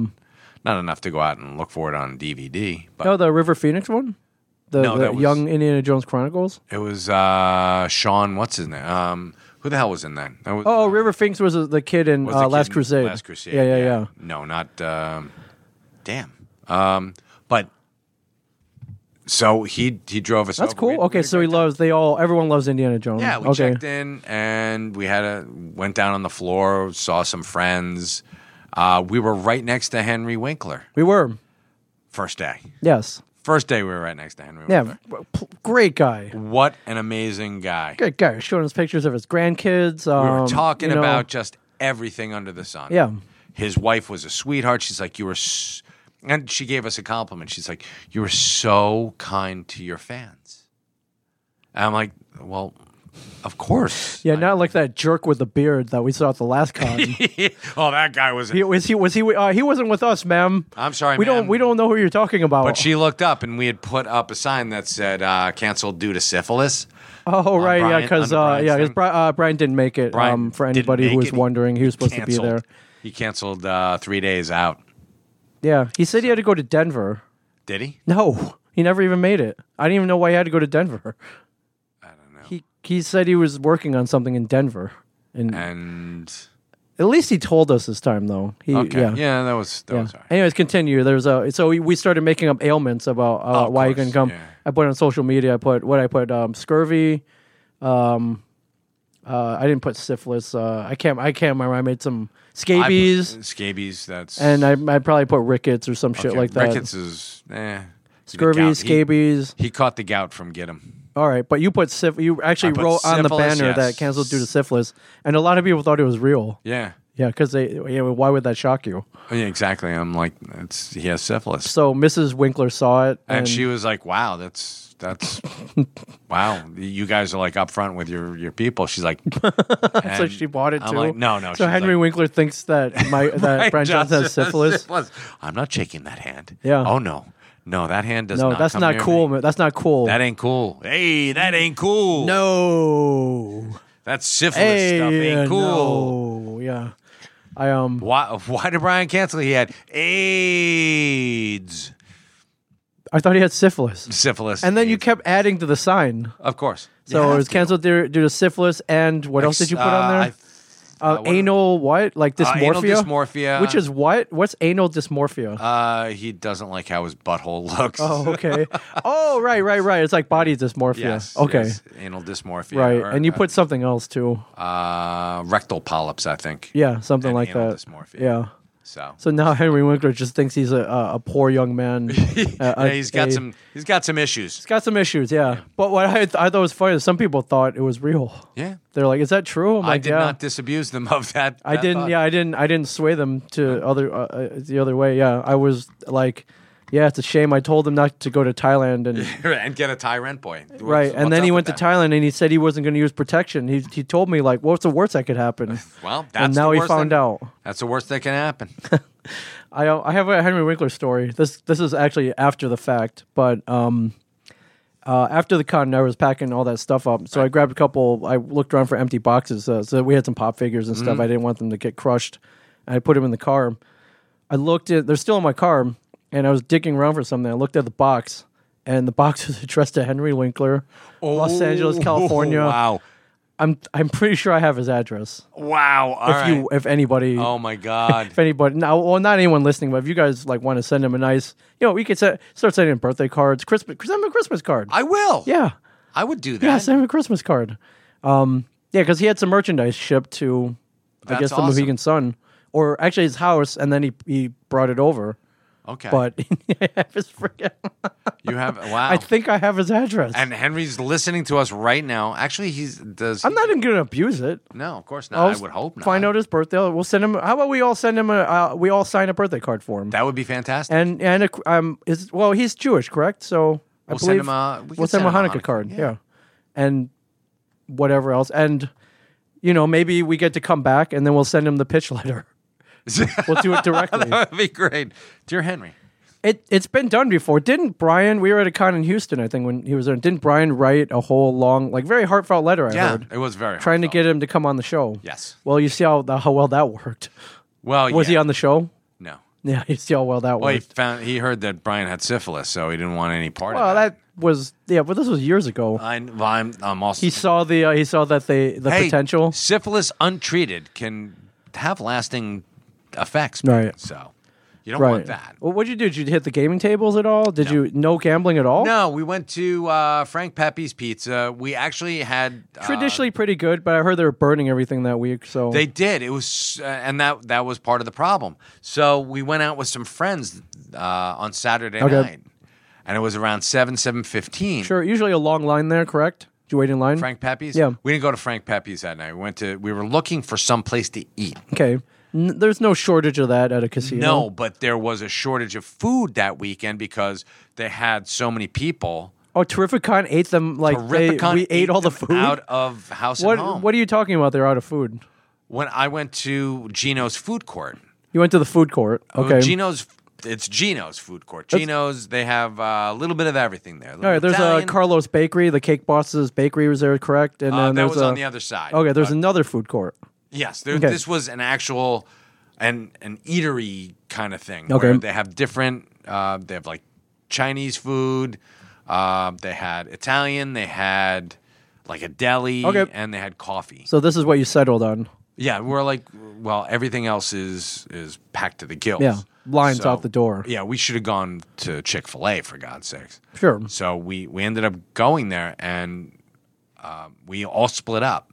S2: Not enough to go out and look for it on DVD, but
S1: Oh, the River Phoenix one, the,
S2: No,
S1: the
S2: that was-
S1: Young Indiana Jones Chronicles.
S2: it was uh, Sean. What's his name? Um, who the hell was in that? that was,
S1: Oh, River Phoenix was uh, the kid in
S2: was
S1: uh,
S2: the
S1: Last
S2: kid in
S1: Crusade.
S2: Last Crusade.
S1: Yeah, yeah, yeah.
S2: No, not. Um, damn. Um, but so he he drove us. over. Oh,
S1: That's
S2: We-
S1: cool.
S2: we
S1: okay,
S2: had a
S1: so
S2: great
S1: he
S2: time.
S1: loves they all everyone loves Indiana Jones.
S2: Yeah, we
S1: okay.
S2: checked in and we had a went down on the floor, saw some friends. Uh, we were right next to Henry Winkler.
S1: We were.
S2: First day,
S1: Yes.
S2: first day we were right next to Henry.
S1: Yeah.
S2: Winkler.
S1: P- Great guy.
S2: What an amazing guy.
S1: Great guy. Showing us pictures of his grandkids. Um,
S2: We were talking
S1: you know,
S2: about just everything under the sun.
S1: Yeah.
S2: His wife was a sweetheart. She's like, you were, s-, and she gave us a compliment. She's like, you were so kind to your fans. And I'm like, well, of course.
S1: Yeah, not like that jerk with the beard that we saw at the last con.
S2: [LAUGHS] oh, that guy was.
S1: he was he was he uh, he wasn't with us, ma'am.
S2: [LAUGHS] I'm sorry,
S1: we don't
S2: ma'am.
S1: we don't know who you're talking about.
S2: But she looked up, and we had put up a sign that said uh, "canceled due to syphilis."
S1: oh right, yeah,
S2: Brian-
S1: because
S2: on
S1: uh,
S2: Brian's
S1: yeah, because
S2: thing.
S1: Bri- uh, Brian didn't make it.
S2: Brian
S1: um, for
S2: didn't
S1: anybody who
S2: make
S1: was
S2: it. He-
S1: wondering, he was supposed to be there.
S2: Canceled. He canceled uh, three days out.
S1: Yeah, he said he had to go to Denver.
S2: Did he?
S1: No, he never even made it. I didn't even know why he had to go to Denver.
S2: I don't know.
S1: He he said he was working on something in Denver, and
S2: Uh, and
S1: at least he told us this time though. He
S2: okay, yeah,
S1: yeah.
S2: that was that
S1: yeah.
S2: was. All right.
S1: Anyways, continue. There's a so we- we started making up ailments about uh,
S2: of
S1: why you
S2: course,
S1: can come.
S2: yeah.
S1: I put on social media. I put what I put um, scurvy. Um, uh, I didn't put syphilis. Uh, I can't. I can't remember. I made
S2: I
S1: some
S2: put-
S1: scabies,
S2: scabies. That's
S1: and I I probably put rickets or some shit
S2: okay,
S1: like that.
S2: Rickets is eh.
S1: scurvy,
S2: The gout. He-
S1: scabies.
S2: He, caught the gout from get him.
S1: All right, but you put syph- you actually
S2: I put
S1: wrote on the
S2: syphilis,
S1: banner
S2: yes.
S1: that canceled due to syphilis, and a lot of people thought it was real.
S2: Yeah.
S1: Yeah, because they yeah, why would that shock you?
S2: Oh, yeah, exactly. I'm like, it's he has syphilis,
S1: So Mrs. Winkler saw it,
S2: and, she was like, "Wow, that's
S1: [LAUGHS]
S2: that's wow. You guys are like up front with your your people." She's
S1: [LAUGHS]
S2: like,
S1: so
S2: and
S1: she bought it
S2: I'm
S1: too.
S2: like, no, no.
S1: So
S2: she's
S1: Henry
S2: like,
S1: Winkler thinks
S2: [LAUGHS]
S1: that my that Brian Johnson has syphilis.
S2: I'm not shaking that hand.
S1: Yeah.
S2: Oh no, no, that hand does
S1: No,
S2: not.
S1: that's
S2: come
S1: not
S2: near
S1: cool.
S2: me.
S1: man. That's not cool.
S2: That ain't cool. Hey, that ain't cool.
S1: no.
S2: that syphilis stuff
S1: Hey, uh,
S2: ain't cool.
S1: no. Yeah. I um.
S2: Why? Why did Brian cancel? He had AIDS,
S1: I thought he had syphilis,
S2: syphilis,
S1: and then you
S2: AIDS.
S1: kept adding to the sign.
S2: of course. You
S1: So it
S2: have
S1: was
S2: to.
S1: canceled due, due to syphilis and what else did you put on there?
S2: Uh, I-
S1: uh,
S2: what-
S1: anal what? Like
S2: uh,
S1: dysmorphia?
S2: anal dysmorphia,
S1: Which is what? What's anal dysmorphia?
S2: uh, he doesn't like how his butthole looks.
S1: oh, okay. oh, right, right, right. It's like body
S2: [LAUGHS]
S1: dysmorphia.
S2: yes.
S1: okay.
S2: yes, anal dysmorphia.
S1: Right.
S2: or,
S1: and you
S2: uh,
S1: put something else too.
S2: uh, rectal polyps, I think.
S1: Yeah, something
S2: and
S1: like
S2: anal
S1: that.
S2: dysmorphia.
S1: Yeah.
S2: So,
S1: So now Henry Winkler just thinks he's a, a, a poor young man. uh,
S2: [LAUGHS] yeah, he's got
S1: a-
S2: some he's got some issues.
S1: He's got some issues, yeah. But what I, I thought was funny is some people thought it was real.
S2: Yeah.
S1: They're like, "Is that true?" I'm
S2: I
S1: like,
S2: did
S1: yeah.
S2: not disabuse them of that.
S1: Oh I
S2: that
S1: didn't.
S2: thought.
S1: Yeah, I didn't. I didn't sway them to other uh, uh, the other way. Yeah, I was like, "Yeah, it's a shame." I told him not to go to Thailand
S2: [LAUGHS]
S1: and
S2: [LAUGHS] and get a Tyrant boy.
S1: [LAUGHS] right.
S2: What's
S1: And then
S2: up
S1: he
S2: with
S1: went to
S2: that?
S1: Thailand and he said he wasn't going to use protection. He he told me like, "What's the worst that
S2: [LAUGHS]
S1: could happen?"
S2: Well, that's
S1: and
S2: the
S1: now he
S2: worst
S1: found
S2: thing-
S1: out.
S2: That's the worst that can happen.
S1: I I have a Henry Winkler story. This this is actually after the fact, but um, uh, after the con, I was packing all that stuff up. So I grabbed a couple. I looked around for empty boxes. Uh, so we had some pop figures and
S2: Mm-hmm.
S1: stuff. I didn't want them to get crushed. And I put them in the car. I looked at. They're still in my car, and I was digging around for something. I looked at the box, and the box [LAUGHS] was addressed to Henry Winkler, [LAUGHS] Los Angeles,
S2: Oh,
S1: California.
S2: Wow.
S1: I'm I'm pretty sure I have his address.
S2: Wow. All
S1: if you,
S2: right.
S1: if anybody,
S2: oh my God.
S1: [LAUGHS] if anybody now well not anyone listening but if you guys like want to send him a nice you know we could se- start sending him birthday cards christmas send him a christmas card
S2: I will.
S1: yeah
S2: I would do that.
S1: yeah send him a christmas card um yeah because he had some merchandise shipped to i
S2: That's
S1: guess the
S2: awesome.
S1: mohegan sun or actually his house and then he, he brought it over
S2: Okay.
S1: but [LAUGHS] I, have his freaking,
S2: you have wow.
S1: [LAUGHS] I think i have his address
S2: and Henry's listening to us right now. Actually, he's does.
S1: i'm not even gonna abuse it
S2: No, of course not. I
S1: I'll
S2: would hope not.
S1: find out his birthday we'll send him how about we all send him a uh, we all sign a birthday card for him
S2: That would be fantastic. [LAUGHS]
S1: and and a, um is well he's Jewish, correct? So I
S2: We'll
S1: believe
S2: send him a- we
S1: we
S2: can
S1: will send him a Hanukkah, card, yeah. and whatever else, and you know maybe we get to come back and then we'll send him the
S2: [LAUGHS]
S1: pitch letter. We'll do it directly.
S2: that would be great, dear Henry.
S1: it it's been done before, didn't Brian? We were at a con in Houston, I think, when he was there. Didn't Brian write a whole long, like very heartfelt letter? I
S2: Yeah,
S1: heard
S2: it was very
S1: trying to
S2: heartfelt.
S1: get him to come on the show.
S2: Yes.
S1: Well, you see how how well that worked.
S2: Well,
S1: Was he
S2: yeah.
S1: on the show?
S2: No.
S1: Yeah, [LAUGHS] you see how well that
S2: Well, he
S1: worked.
S2: found he heard that Brian had syphilis, so he didn't want any part
S1: Well,
S2: of that.
S1: that was yeah, but this was years ago.
S2: I, well, I'm, I'm also
S1: He saw the uh, he saw that they the
S2: Hey,
S1: potential.
S2: syphilis untreated can have lasting effects.
S1: Right.
S2: So you don't want that.
S1: Well, what'd you do? Did you hit the gaming tables at all? Did you no gambling at all?
S2: No, we went to uh, Frank Pepe's Pizza. We actually had uh,
S1: Traditionally pretty good, but I heard they were burning everything that week. So
S2: They did. It was, uh, and that that was part of the problem. So we went out with some friends uh, on Saturday
S1: Okay.
S2: night, and it was around seven seven fifteen.
S1: sure, usually a long line there, correct? Did you wait in line?
S2: Frank Pepe's.
S1: Yeah.
S2: we didn't go to Frank Pepe's that night. We went to. We were looking for some place to eat.
S1: Okay. N- there's no shortage of that at a casino.
S2: No, but there was a shortage of food that weekend because they had so many people.
S1: Oh, Terrificon ate them like they,
S2: Ripicon
S1: we ate all the
S2: them
S1: food.
S2: out of house
S1: what
S2: and home.
S1: what are you talking about? They're out of food.
S2: when I went to Gino's food court.
S1: You went to the food court. Okay.
S2: Gino's. It's Gino's food court. Gino's. They have uh, a little bit of everything there.
S1: all right, there's a Carlos Bakery, the Cake Boss's Bakery was there, correct? And
S2: Uh,
S1: then
S2: that
S1: there's
S2: was
S1: a,
S2: on the other side.
S1: Okay, there's
S2: Uh,
S1: another food court.
S2: yes. There,
S1: okay.
S2: This was an actual, an an eatery kind of thing.
S1: Okay.
S2: Where they have different. Uh, they have like Chinese food. Uh, they had Italian. They had like a deli.
S1: Okay.
S2: And they had coffee.
S1: So this is what you settled on.
S2: Yeah, we're like, well, everything else is is packed to the gills.
S1: Yeah, lines out the door.
S2: Yeah, we should have gone to Chick Fil A for God's sakes.
S1: Sure.
S2: So we we ended up going there, and um, we all split up.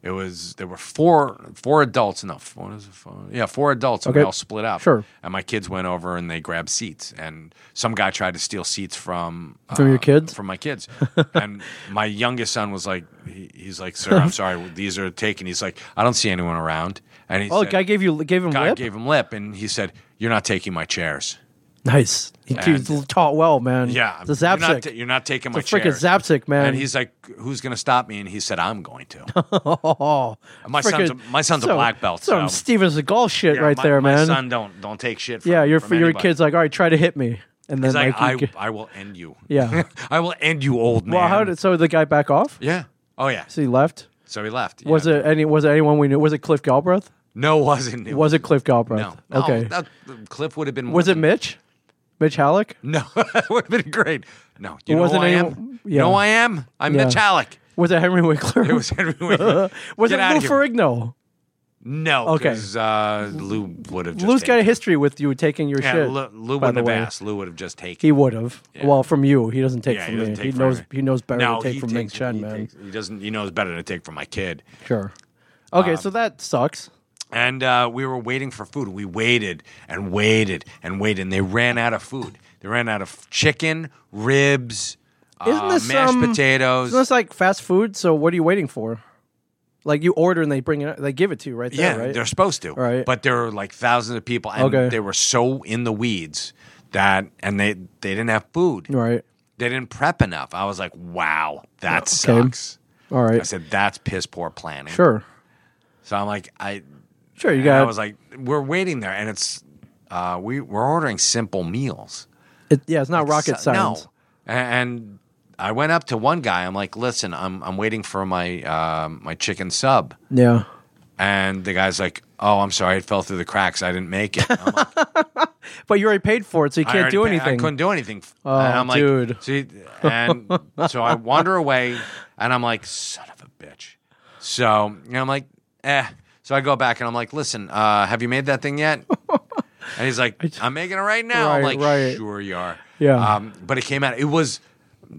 S2: It was there were four four adults no four, is it four yeah four adults and we
S1: Okay.
S2: all split up
S1: Sure.
S2: and my kids went over and they grabbed seats and some guy tried to steal seats from uh,
S1: From your kids?
S2: from my kids
S1: [LAUGHS]
S2: and my youngest son was like he, he's like sir I'm sorry these are taken he's like I don't see anyone around and he
S1: Oh,
S2: said,
S1: guy gave you gave him
S2: guy
S1: lip.
S2: gave him lip and he said you're not taking my chairs
S1: nice. He, he
S2: And-
S1: was taught well, man.
S2: yeah
S1: the
S2: you're not,
S1: Zapsic.
S2: ta- you're not taking
S1: the
S2: my
S1: freaking
S2: chairs
S1: Zapsic, man.
S2: and he's like, "Who's going to stop me?" And he said, "I'm going
S1: [LAUGHS]
S2: to."
S1: oh,
S2: my son's a- my son's a black belt,
S1: Some
S2: so-
S1: Steven Seagal shit
S2: Yeah,
S1: right
S2: my-
S1: there,
S2: My
S1: man.
S2: son don't don't take shit. From,
S1: yeah, your
S2: from
S1: your
S2: anybody.
S1: kid's like, all right, try to hit me, and then
S2: He's like,
S1: you
S2: I,
S1: get-
S2: I will end you.
S1: [LAUGHS] Yeah.
S2: [LAUGHS] I will end you, old man.
S1: well, how did so the guy back off?
S2: [LAUGHS] Yeah. Oh yeah.
S1: So he left.
S2: So he left.
S1: Was it any? Was it anyone we knew? Was it Cliff Galbraith?
S2: No, wasn't. It
S1: Was it Cliff Galbraith?
S2: No. No,
S1: okay.
S2: that- Cliff would have been.
S1: was it Mitch? Mitch Halleck?
S2: No, [LAUGHS] it would have been great. No, you know
S1: wasn't
S2: who I
S1: anyone-
S2: am.
S1: yeah.
S2: You know who I am. I'm
S1: Yeah.
S2: metallic.
S1: Was it Henry Winkler?
S2: It
S1: [LAUGHS]
S2: was [LAUGHS] Henry Winkler.
S1: was
S2: Get
S1: it
S2: out
S1: Lou
S2: of here.
S1: Ferrigno?
S2: No.
S1: Okay.
S2: 'cause, Uh, Lou would have. just
S1: Lou's got a
S2: taken-
S1: history with you taking your
S2: Yeah,
S1: shit.
S2: Lou, Lou
S1: by
S2: wouldn't
S1: the
S2: have
S1: way.
S2: asked. Lou would have just taken.
S1: He would have. Well, from you, he doesn't take
S2: Yeah,
S1: from
S2: he doesn't
S1: me.
S2: take
S1: he
S2: from
S1: knows
S2: me.
S1: he knows better
S2: no,
S1: to take
S2: he
S1: from Ming
S2: takes,
S1: Chen,
S2: he
S1: man.
S2: takes- he doesn't. He knows better to take from my kid.
S1: Sure. Okay, so that sucks.
S2: And uh, we were waiting for food. We waited and waited and waited, and they ran out of food. They ran out of chicken, ribs,
S1: Isn't
S2: uh,
S1: this,
S2: mashed
S1: um,
S2: potatoes.
S1: Isn't this like fast food? So what are you waiting for? Like you order and they bring it, they give it to you right
S2: yeah,
S1: there, right?
S2: they're supposed to.
S1: Right.
S2: But there were like thousands of people, and
S1: Okay.
S2: they were so in the weeds that, and they they didn't have food.
S1: Right.
S2: They didn't prep enough. I was like, wow, that
S1: Okay.
S2: sucks.
S1: All
S2: I
S1: right.
S2: said, that's piss poor planning.
S1: Sure.
S2: So I'm like, I,
S1: Sure. You
S2: and I
S1: got.
S2: was like, we're waiting there, and it's, uh, we we're ordering simple meals.
S1: it, yeah, it's not rocket
S2: So-
S1: science.
S2: No. A- And I went up to one guy. I'm like, listen, I'm I'm waiting for my uh, my chicken sub.
S1: Yeah.
S2: And the guy's like, oh, I'm sorry, it fell through the cracks. I didn't make it.
S1: [LAUGHS]
S2: I'm like,
S1: But you already paid for it, so you
S2: I
S1: can't do
S2: already pa- I
S1: anything.
S2: couldn't do anything.
S1: Oh,
S2: and I'm like,
S1: dude.
S2: See, and
S1: [LAUGHS]
S2: so I wander away, and I'm like, son of a bitch. So and I'm like, eh. So I go back and I'm like, listen, uh, have you made that thing
S1: [LAUGHS]
S2: yet? And he's like, I'm making it right now. I'm
S1: Right,
S2: like,
S1: right.
S2: sure you are.
S1: Yeah.
S2: Um, but it came out. It was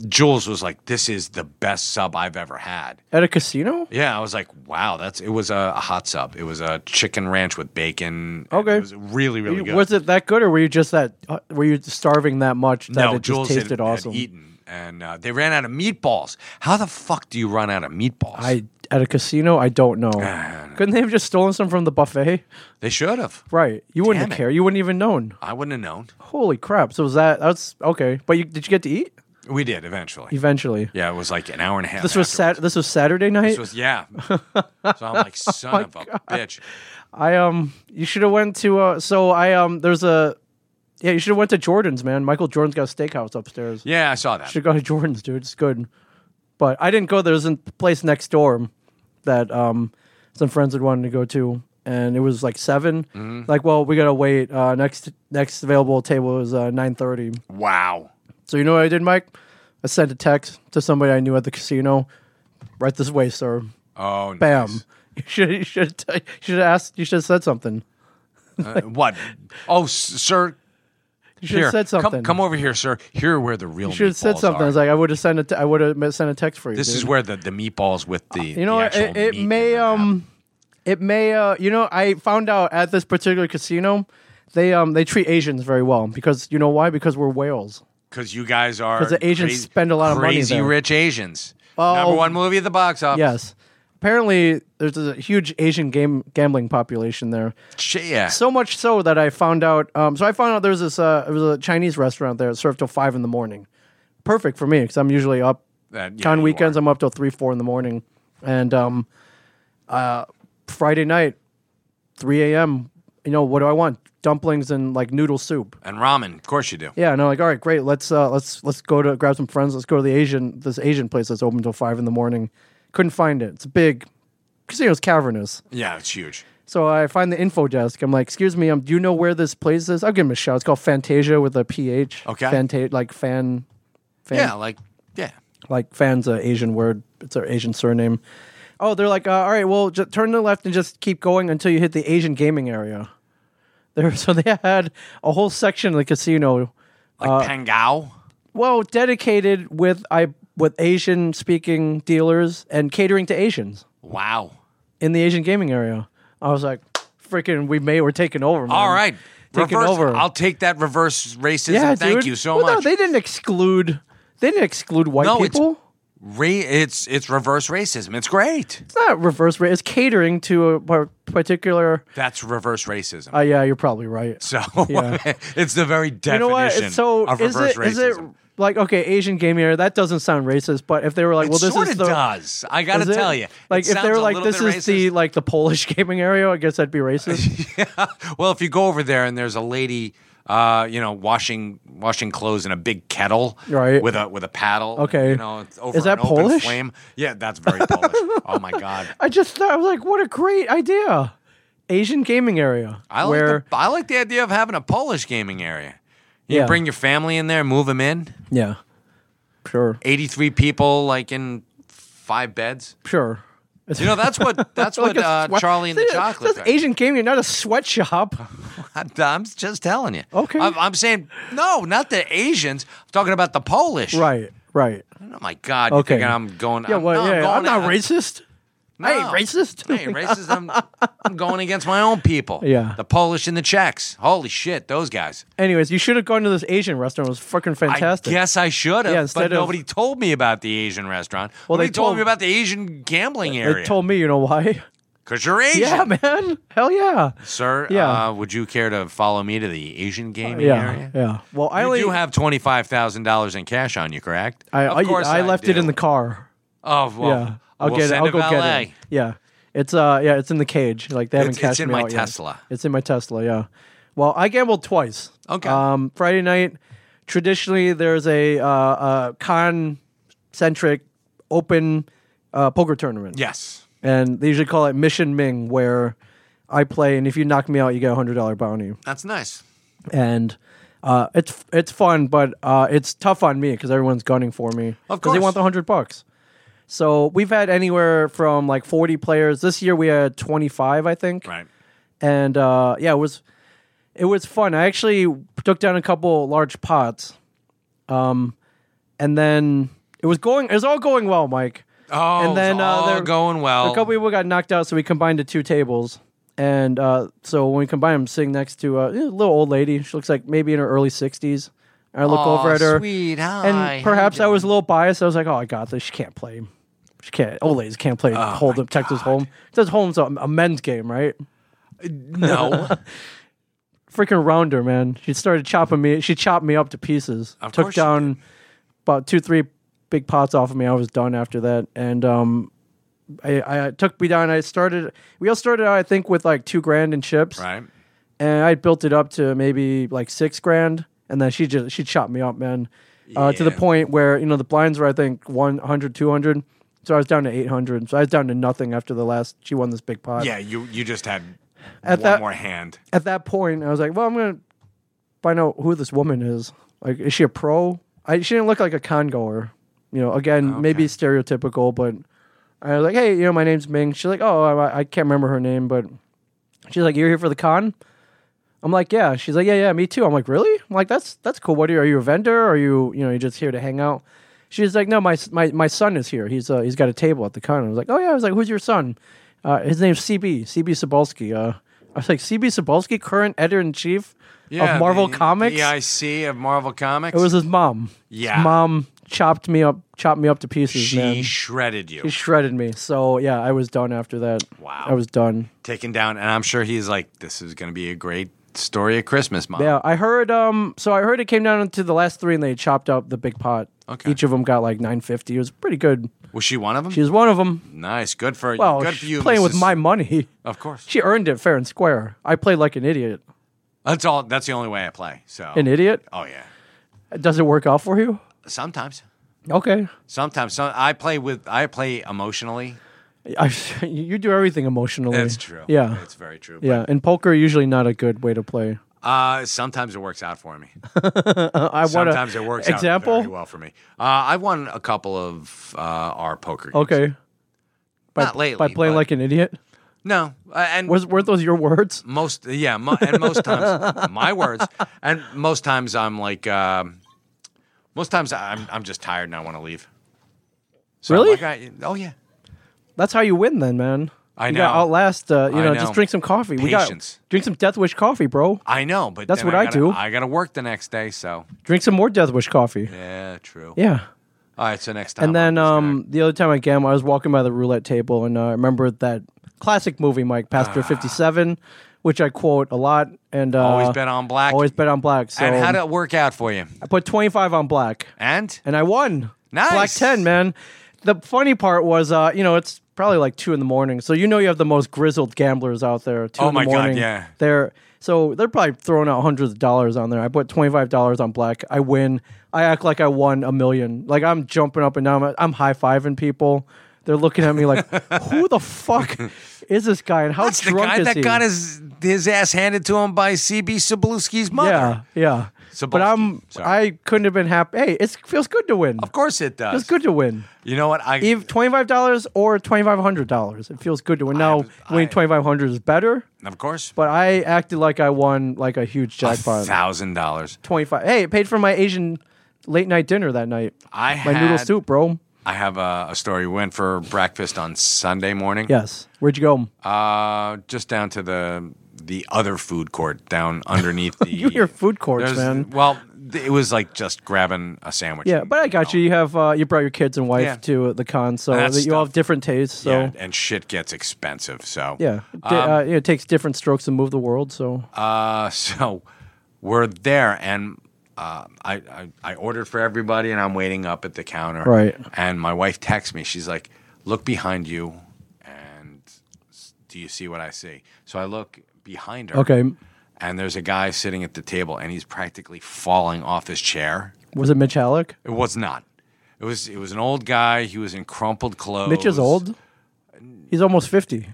S2: Jules was like, this is the best sub I've ever had.
S1: At a casino?
S2: Yeah, I was like, wow, that's it was a, a hot sub. It was a chicken ranch with bacon.
S1: Okay.
S2: It was really, really good.
S1: Was it that good, or were you just that? uh, Were you starving that much that
S2: no,
S1: it just
S2: Jules had-
S1: tasted
S2: had,
S1: awesome?
S2: eaten, and uh, they ran out of meatballs. How the fuck do you run out of meatballs?
S1: I at a casino? I don't
S2: Ah,
S1: know. Couldn't they have just stolen some from the buffet?
S2: they should have.
S1: Right. You wouldn't
S2: Damn it.
S1: have cared. You wouldn't even known.
S2: I wouldn't have known.
S1: Holy crap! So was that? That's okay. But you, did you get to eat
S2: We did eventually.
S1: eventually?
S2: Yeah, it was like an hour and a half.
S1: This was
S2: afterwards.
S1: sat. This was Saturday night. Oh
S2: This was yeah. so
S1: [LAUGHS]
S2: I'm like, son of a bitch.
S1: I um. You should have went to. Uh, so I um. There's a. Yeah, you should have went to Jordan's, man. Michael Jordan's got a steakhouse upstairs.
S2: Yeah, I saw that.
S1: Should go to [LAUGHS] Jordan's, dude. It's good. But I didn't go. There was a place next door that um, some friends had wanted to go to, and it was like 7
S2: Mm-hmm.
S1: Like, well, we gotta wait. Uh, next next available table is uh, nine thirty.
S2: Wow.
S1: So you know what I did, Mike? I sent a text to somebody I knew at the casino. Right this way, sir.
S2: Oh,
S1: Bam.
S2: nice.
S1: [LAUGHS] You should you should t- you should have asked. You should have said something.
S2: Uh, what? Oh, s- sir.
S1: You should
S2: Here,
S1: have said something.
S2: Come, come over here, sir. Here are where the real.
S1: You should have said
S2: meatballs
S1: something. I
S2: are.
S1: was like, I would have sent a te- I would have sent a text for you.
S2: This
S1: dude.
S2: is where the, the meatballs with the
S1: you know
S2: the
S1: what, it,
S2: actual
S1: it
S2: meat in
S1: may
S2: them happen.
S1: um it may uh you know i found out at this particular casino they um they treat asians very well because you know why because we're whales
S2: Because you guys are
S1: 'Cause the Asians
S2: crazy-
S1: spend a lot of money
S2: Crazy
S1: there.
S2: rich Asians.
S1: Oh.
S2: Number one movie at the box office.
S1: yes apparently there's a huge asian game gambling population there
S2: Shit, yeah.
S1: so much so that i found out um so i found out there was this uh it was a chinese restaurant there that served till five in the morning perfect for me because i'm usually up
S2: That- yeah,
S1: on
S2: you
S1: weekends
S2: are.
S1: i'm up till three four in the morning and um uh friday night 3 a.m you know what do i want dumplings and like noodle soup
S2: and ramen. Of course you do.
S1: yeah and i'm like all right great let's uh let's let's go to grab some friends let's go to the asian this asian place that's open till five in the morning couldn't find it it's big casino's cavernous
S2: Yeah, it's huge.
S1: so i find the info desk i'm like excuse me um do you know where this place is i'll give him a shout it's called fantasia with a ph
S2: Okay.
S1: Fanta- like fan fan
S2: Yeah, like yeah.
S1: like fans a Asian word. It's our Asian surname. Oh, they're like, uh, all right, well, ju- turn to the left and just keep going until you hit the Asian gaming area. There, [LAUGHS] so they had a whole section of the casino,
S2: Like
S1: Uh,
S2: Pangao.
S1: well, dedicated with I with Asian speaking dealers and catering to Asians
S2: Wow.
S1: in the Asian gaming area. I was like, freaking, we may we're taking over. Man.
S2: All right.
S1: um, Taking
S2: reverse,
S1: over.
S2: I'll take that reverse racism.
S1: yeah,
S2: Thank
S1: dude.
S2: you so
S1: Well,
S2: much.
S1: No, they didn't exclude. They didn't exclude white
S2: No, it's-
S1: people.
S2: Ra- it's it's reverse racism. It's great.
S1: It's not reverse race. It's catering to a par- particular.
S2: That's reverse racism.
S1: Uh, yeah, you're probably right.
S2: so
S1: yeah.
S2: [LAUGHS] it's the very definition
S1: You know what? It's so
S2: of
S1: is
S2: reverse
S1: it,
S2: racism.
S1: is it like okay, Asian gaming area? That doesn't sound racist, but if they were like, well, this
S2: sort
S1: is
S2: of
S1: the
S2: does. I gotta
S1: is it?
S2: tell you,
S1: like
S2: It
S1: if they were
S2: sounds a
S1: like,
S2: little
S1: this
S2: bit
S1: is the
S2: racist.
S1: like the Polish gaming area, I guess that'd
S2: [LAUGHS]
S1: be racist.
S2: Well, if you go over there and there's a lady, uh, you know, washing washing clothes in a big kettle,
S1: Right.
S2: With a with a paddle.
S1: Okay.
S2: you know, it's over
S1: Is that
S2: an open
S1: Polish?
S2: Flame. Yeah, that's very
S1: [LAUGHS]
S2: Polish. oh my god,
S1: I just thought I was like, what a great idea, Asian gaming area.
S2: I like
S1: where
S2: the, I like the idea of having a Polish gaming area. You
S1: Yeah.
S2: bring your family in there, move them in.
S1: yeah, sure,
S2: Eighty three people, like in five beds.
S1: sure. It's
S2: You know, that's
S1: [LAUGHS]
S2: what that's what
S1: a
S2: uh,
S1: sweat-
S2: Charlie
S1: [LAUGHS]
S2: and the
S1: This-
S2: Chocolate.
S1: this
S2: thing-
S1: Asian gaming, not
S2: [LAUGHS]
S1: a sweatshop.
S2: I'm, I'm just telling you.
S1: Okay.
S2: I'm, I'm saying no, not the Asians. I'm talking about the Polish.
S1: right, right.
S2: Oh my God! You're
S1: Okay.
S2: thinking I'm going?
S1: Yeah,
S2: I'm,
S1: well,
S2: no,
S1: yeah,
S2: I'm,
S1: I'm
S2: going,
S1: not racist. I ain't
S2: No.
S1: racist.
S2: I ain't racist. I'm, I'm going against my own people.
S1: [LAUGHS] Yeah.
S2: The Polish and the Czechs. Holy shit, those guys.
S1: Anyways, you should have gone to this Asian restaurant. It was freaking fantastic.
S2: I guess I should have,
S1: Yeah,
S2: but
S1: instead of-
S2: nobody told me about the Asian restaurant.
S1: Well,
S2: Well,
S1: they
S2: they told,
S1: told-
S2: me about the Asian gambling
S1: They
S2: area.
S1: told me, you know why? [LAUGHS]
S2: Because you're Asian.
S1: Yeah, man. Hell yeah.
S2: Sir,
S1: Yeah.
S2: uh, would you care to follow me to the Asian gaming
S1: Yeah,
S2: area?
S1: yeah. Well, I
S2: You
S1: only
S2: do have $25,000 in cash on you, correct?
S1: I,
S2: Of
S1: I,
S2: course
S1: I left it
S2: do.
S1: in the car.
S2: Oh, well,
S1: yeah, I'll
S2: we'll
S1: get it.
S2: send
S1: I'll
S2: to
S1: go
S2: LA.
S1: get it. Yeah, it's uh, yeah, it's in the cage. Like they haven't
S2: It's- it's
S1: cashed
S2: in
S1: me
S2: my
S1: out yet.
S2: Tesla.
S1: It's in my Tesla. Yeah. Well, I gambled twice.
S2: Okay.
S1: Um, Friday night, traditionally there's a uh, uh con centric open uh, poker tournament.
S2: Yes.
S1: And they usually call it Mission Ming, where I play, and if you knock me out, you get a hundred dollar bounty
S2: That's nice.
S1: and uh, it's it's fun, but uh, it's tough on me because everyone's gunning for me.
S2: Of
S1: 'cause they
S2: course.
S1: want the hundred bucks. So we've had anywhere from like forty players. This year we had twenty five, I think.
S2: Right.
S1: And uh, yeah, it was it was fun. I actually took down a couple large pots, um, and then it was going. It was all going well, Mike.
S2: Oh,
S1: And
S2: and
S1: then,
S2: then
S1: uh,
S2: all
S1: there-
S2: going well.
S1: A couple people got knocked out, so we combined the two tables. And uh, so when we combine them, sitting next to uh, a little old lady, she looks like maybe in her early 60s. And I look
S2: Aw,
S1: over at her,
S2: Sweet, hi. how you
S1: and perhaps I
S2: doing?
S1: was a little biased. I was like, oh, I got this. She can't play. She can't. Old ladies can't play
S2: Oh
S1: Hold'em, Texas Hold'em. Texas Hold'em's a, a men's game, right? [LAUGHS]
S2: No.
S1: Freaking rounder, man. She started chopping me. She chopped me up to pieces.
S2: Of
S1: Took
S2: course she
S1: down about two, three big pots off of me. I was done after that. And um, I, I took me down. I started. We all started out, I think, with like two grand in chips,
S2: right.
S1: and I built it up to maybe like six grand. And then she just she chopped me up, man, uh, to the
S2: Yeah.
S1: point where you know the blinds were I think 100, 200. So I was down to eight hundred. So I was down to nothing after the last. She won this big pot.
S2: Yeah, you you just had
S1: At
S2: one
S1: that-
S2: more hand.
S1: At that point, I was like, well, I'm gonna find out who this woman is. Like, is she a pro? I she didn't look like a con goer. You know, again, maybe stereotypical, but I was like, hey, you know, my name's Ming. She's like, oh, I, I can't remember her name, but she's like, you're here for the con. I'm like, yeah. She's like, yeah, yeah, me too. I'm like, really? I'm like, that's that's cool. What are you? Are you a vendor? Or are you you know you just here to hang out? She's like, no, my my my son is here. He's uh, he's got a table at the con. I was like, oh yeah. I was like, who's your son? Uh, his name's CB CB Sobalski. Uh, I was like, CB Sobalski, current editor in chief
S2: Yeah,
S1: of Marvel
S2: the-
S1: Comics.
S2: The EIC of Marvel Comics.
S1: It was his mom.
S2: Yeah.
S1: His mom chopped me up, chopped me up to pieces,
S2: she
S1: man.
S2: shredded you,
S1: She shredded me. So yeah, I was done after that.
S2: Wow.
S1: I was done.
S2: taken down, and I'm sure he's like, "This is going to be a great story at Christmas, mom."
S1: Yeah, I heard. Um, so I heard it came down to the last three, and they chopped up the big pot.
S2: Okay.
S1: Each of them got like nine fifty. It was pretty good.
S2: Was she one of them?
S1: She was one of them.
S2: nice, good for
S1: Well,
S2: good for
S1: she's
S2: you.
S1: playing with
S2: Mrs.
S1: my money. [LAUGHS]
S2: of course.
S1: She earned it fair and square. I played like an idiot.
S2: That's all. That's the only way I play. So,
S1: An idiot?
S2: oh yeah,
S1: Does it work out for you?
S2: sometimes,
S1: Okay.
S2: sometimes, some, I play with, I play emotionally.
S1: [LAUGHS] I, you do everything emotionally.
S2: That's true.
S1: Yeah.
S2: it's very true.
S1: Yeah. And poker usually not a good way to play.
S2: Uh, sometimes it works out for me.
S1: I want
S2: Sometimes it works
S1: example?
S2: out very well for me. Uh, I won a couple of uh, our poker. games.
S1: Okay. By,
S2: Not lately,
S1: By playing
S2: but-
S1: like an idiot.
S2: No, uh, and
S1: Was weren't those your words?
S2: most yeah, mo- and most
S1: [LAUGHS]
S2: times my words, and most times I'm like, um, most times I'm I'm just tired and I want to leave. So I'm
S1: Really?
S2: like, I- oh yeah,
S1: That's how you win, then, man.
S2: I
S1: you
S2: know.
S1: Gotta outlast. Uh, you
S2: I
S1: know,
S2: know.
S1: just drink some coffee.
S2: Patience.
S1: We got drink some Death Wish coffee, bro.
S2: I know, but
S1: That's
S2: then
S1: what I
S2: gotta-
S1: do.
S2: I got to work the next day, so
S1: Drink some more Death Wish coffee.
S2: yeah, true.
S1: Yeah.
S2: All right, so next time.
S1: And then
S2: I'll just uh,
S1: um, the other time I gambled, I was walking by the roulette table, and uh, I remember that classic movie, Mike,
S2: Ah.
S1: Pastor Fifty Seven, which I quote a lot. And uh,
S2: Always bet on black.
S1: Always bet on black. So
S2: and how'd it work out for you?
S1: I put twenty five on black.
S2: And
S1: and I won.
S2: Nice.
S1: Black 10, man. The funny part was, uh, you know, it's probably like two in the morning. So you know you have the most grizzled gamblers out there. Two
S2: Oh
S1: in the
S2: my God,
S1: morning.
S2: yeah.
S1: They're so they're probably throwing out hundreds of dollars on there. I put twenty five dollars on black. I win. I act like I won a million. Like I'm jumping up and down. I'm, high fiving people. They're looking at me like,
S2: [LAUGHS]
S1: who the fuck is this guy and how
S2: that's the
S1: drunk
S2: guy
S1: is
S2: that
S1: he?
S2: got his his ass handed to him by CB Sabluski's mother.
S1: yeah, yeah. But
S2: Sobolski,
S1: I'm
S2: sorry.
S1: I couldn't have been happy. Hey, it feels good to win.
S2: Of course it
S1: Feels
S2: does.
S1: good to win.
S2: You know what? I
S1: If twenty five dollars or twenty five hundred dollars, it feels good to win. Now
S2: I-
S1: winning twenty five hundred is better,
S2: of course
S1: but I acted like I won like a huge jackpot.
S2: thousand dollars.
S1: Twenty five. Hey, it paid for my Asian late night dinner that night.
S2: I
S1: my noodle
S2: had-
S1: soup, bro.
S2: I have a, a story. We went for breakfast on Sunday morning.
S1: Yes. Where'd you go?
S2: Uh, just down to the the other food court down underneath the.
S1: [LAUGHS] You hear food courts,
S2: There's-
S1: man.
S2: Well, th- it was like just grabbing a sandwich.
S1: Yeah, but I got you. You have uh, you brought your kids and wife
S2: Yeah.
S1: to uh, the con, so
S2: And that's
S1: that you all
S2: stuff.
S1: have different tastes. So
S2: Yeah, and shit gets expensive. So
S1: Yeah. Di- uh, it takes different strokes to move the world. So
S2: Uh, [LAUGHS] so we're there, and uh, I, I I ordered for everybody, and I'm waiting up at the counter.
S1: Right.
S2: And my wife texts me. She's like, "Look behind you, and s- do you see what I see?" So I look behind her.
S1: okay,
S2: And there's a guy sitting at the table, and he's practically falling off his chair.
S1: was it Mitch Halleck?
S2: It was not. It was it was an old guy. He was in crumpled clothes.
S1: Mitch is old. He's almost fifty.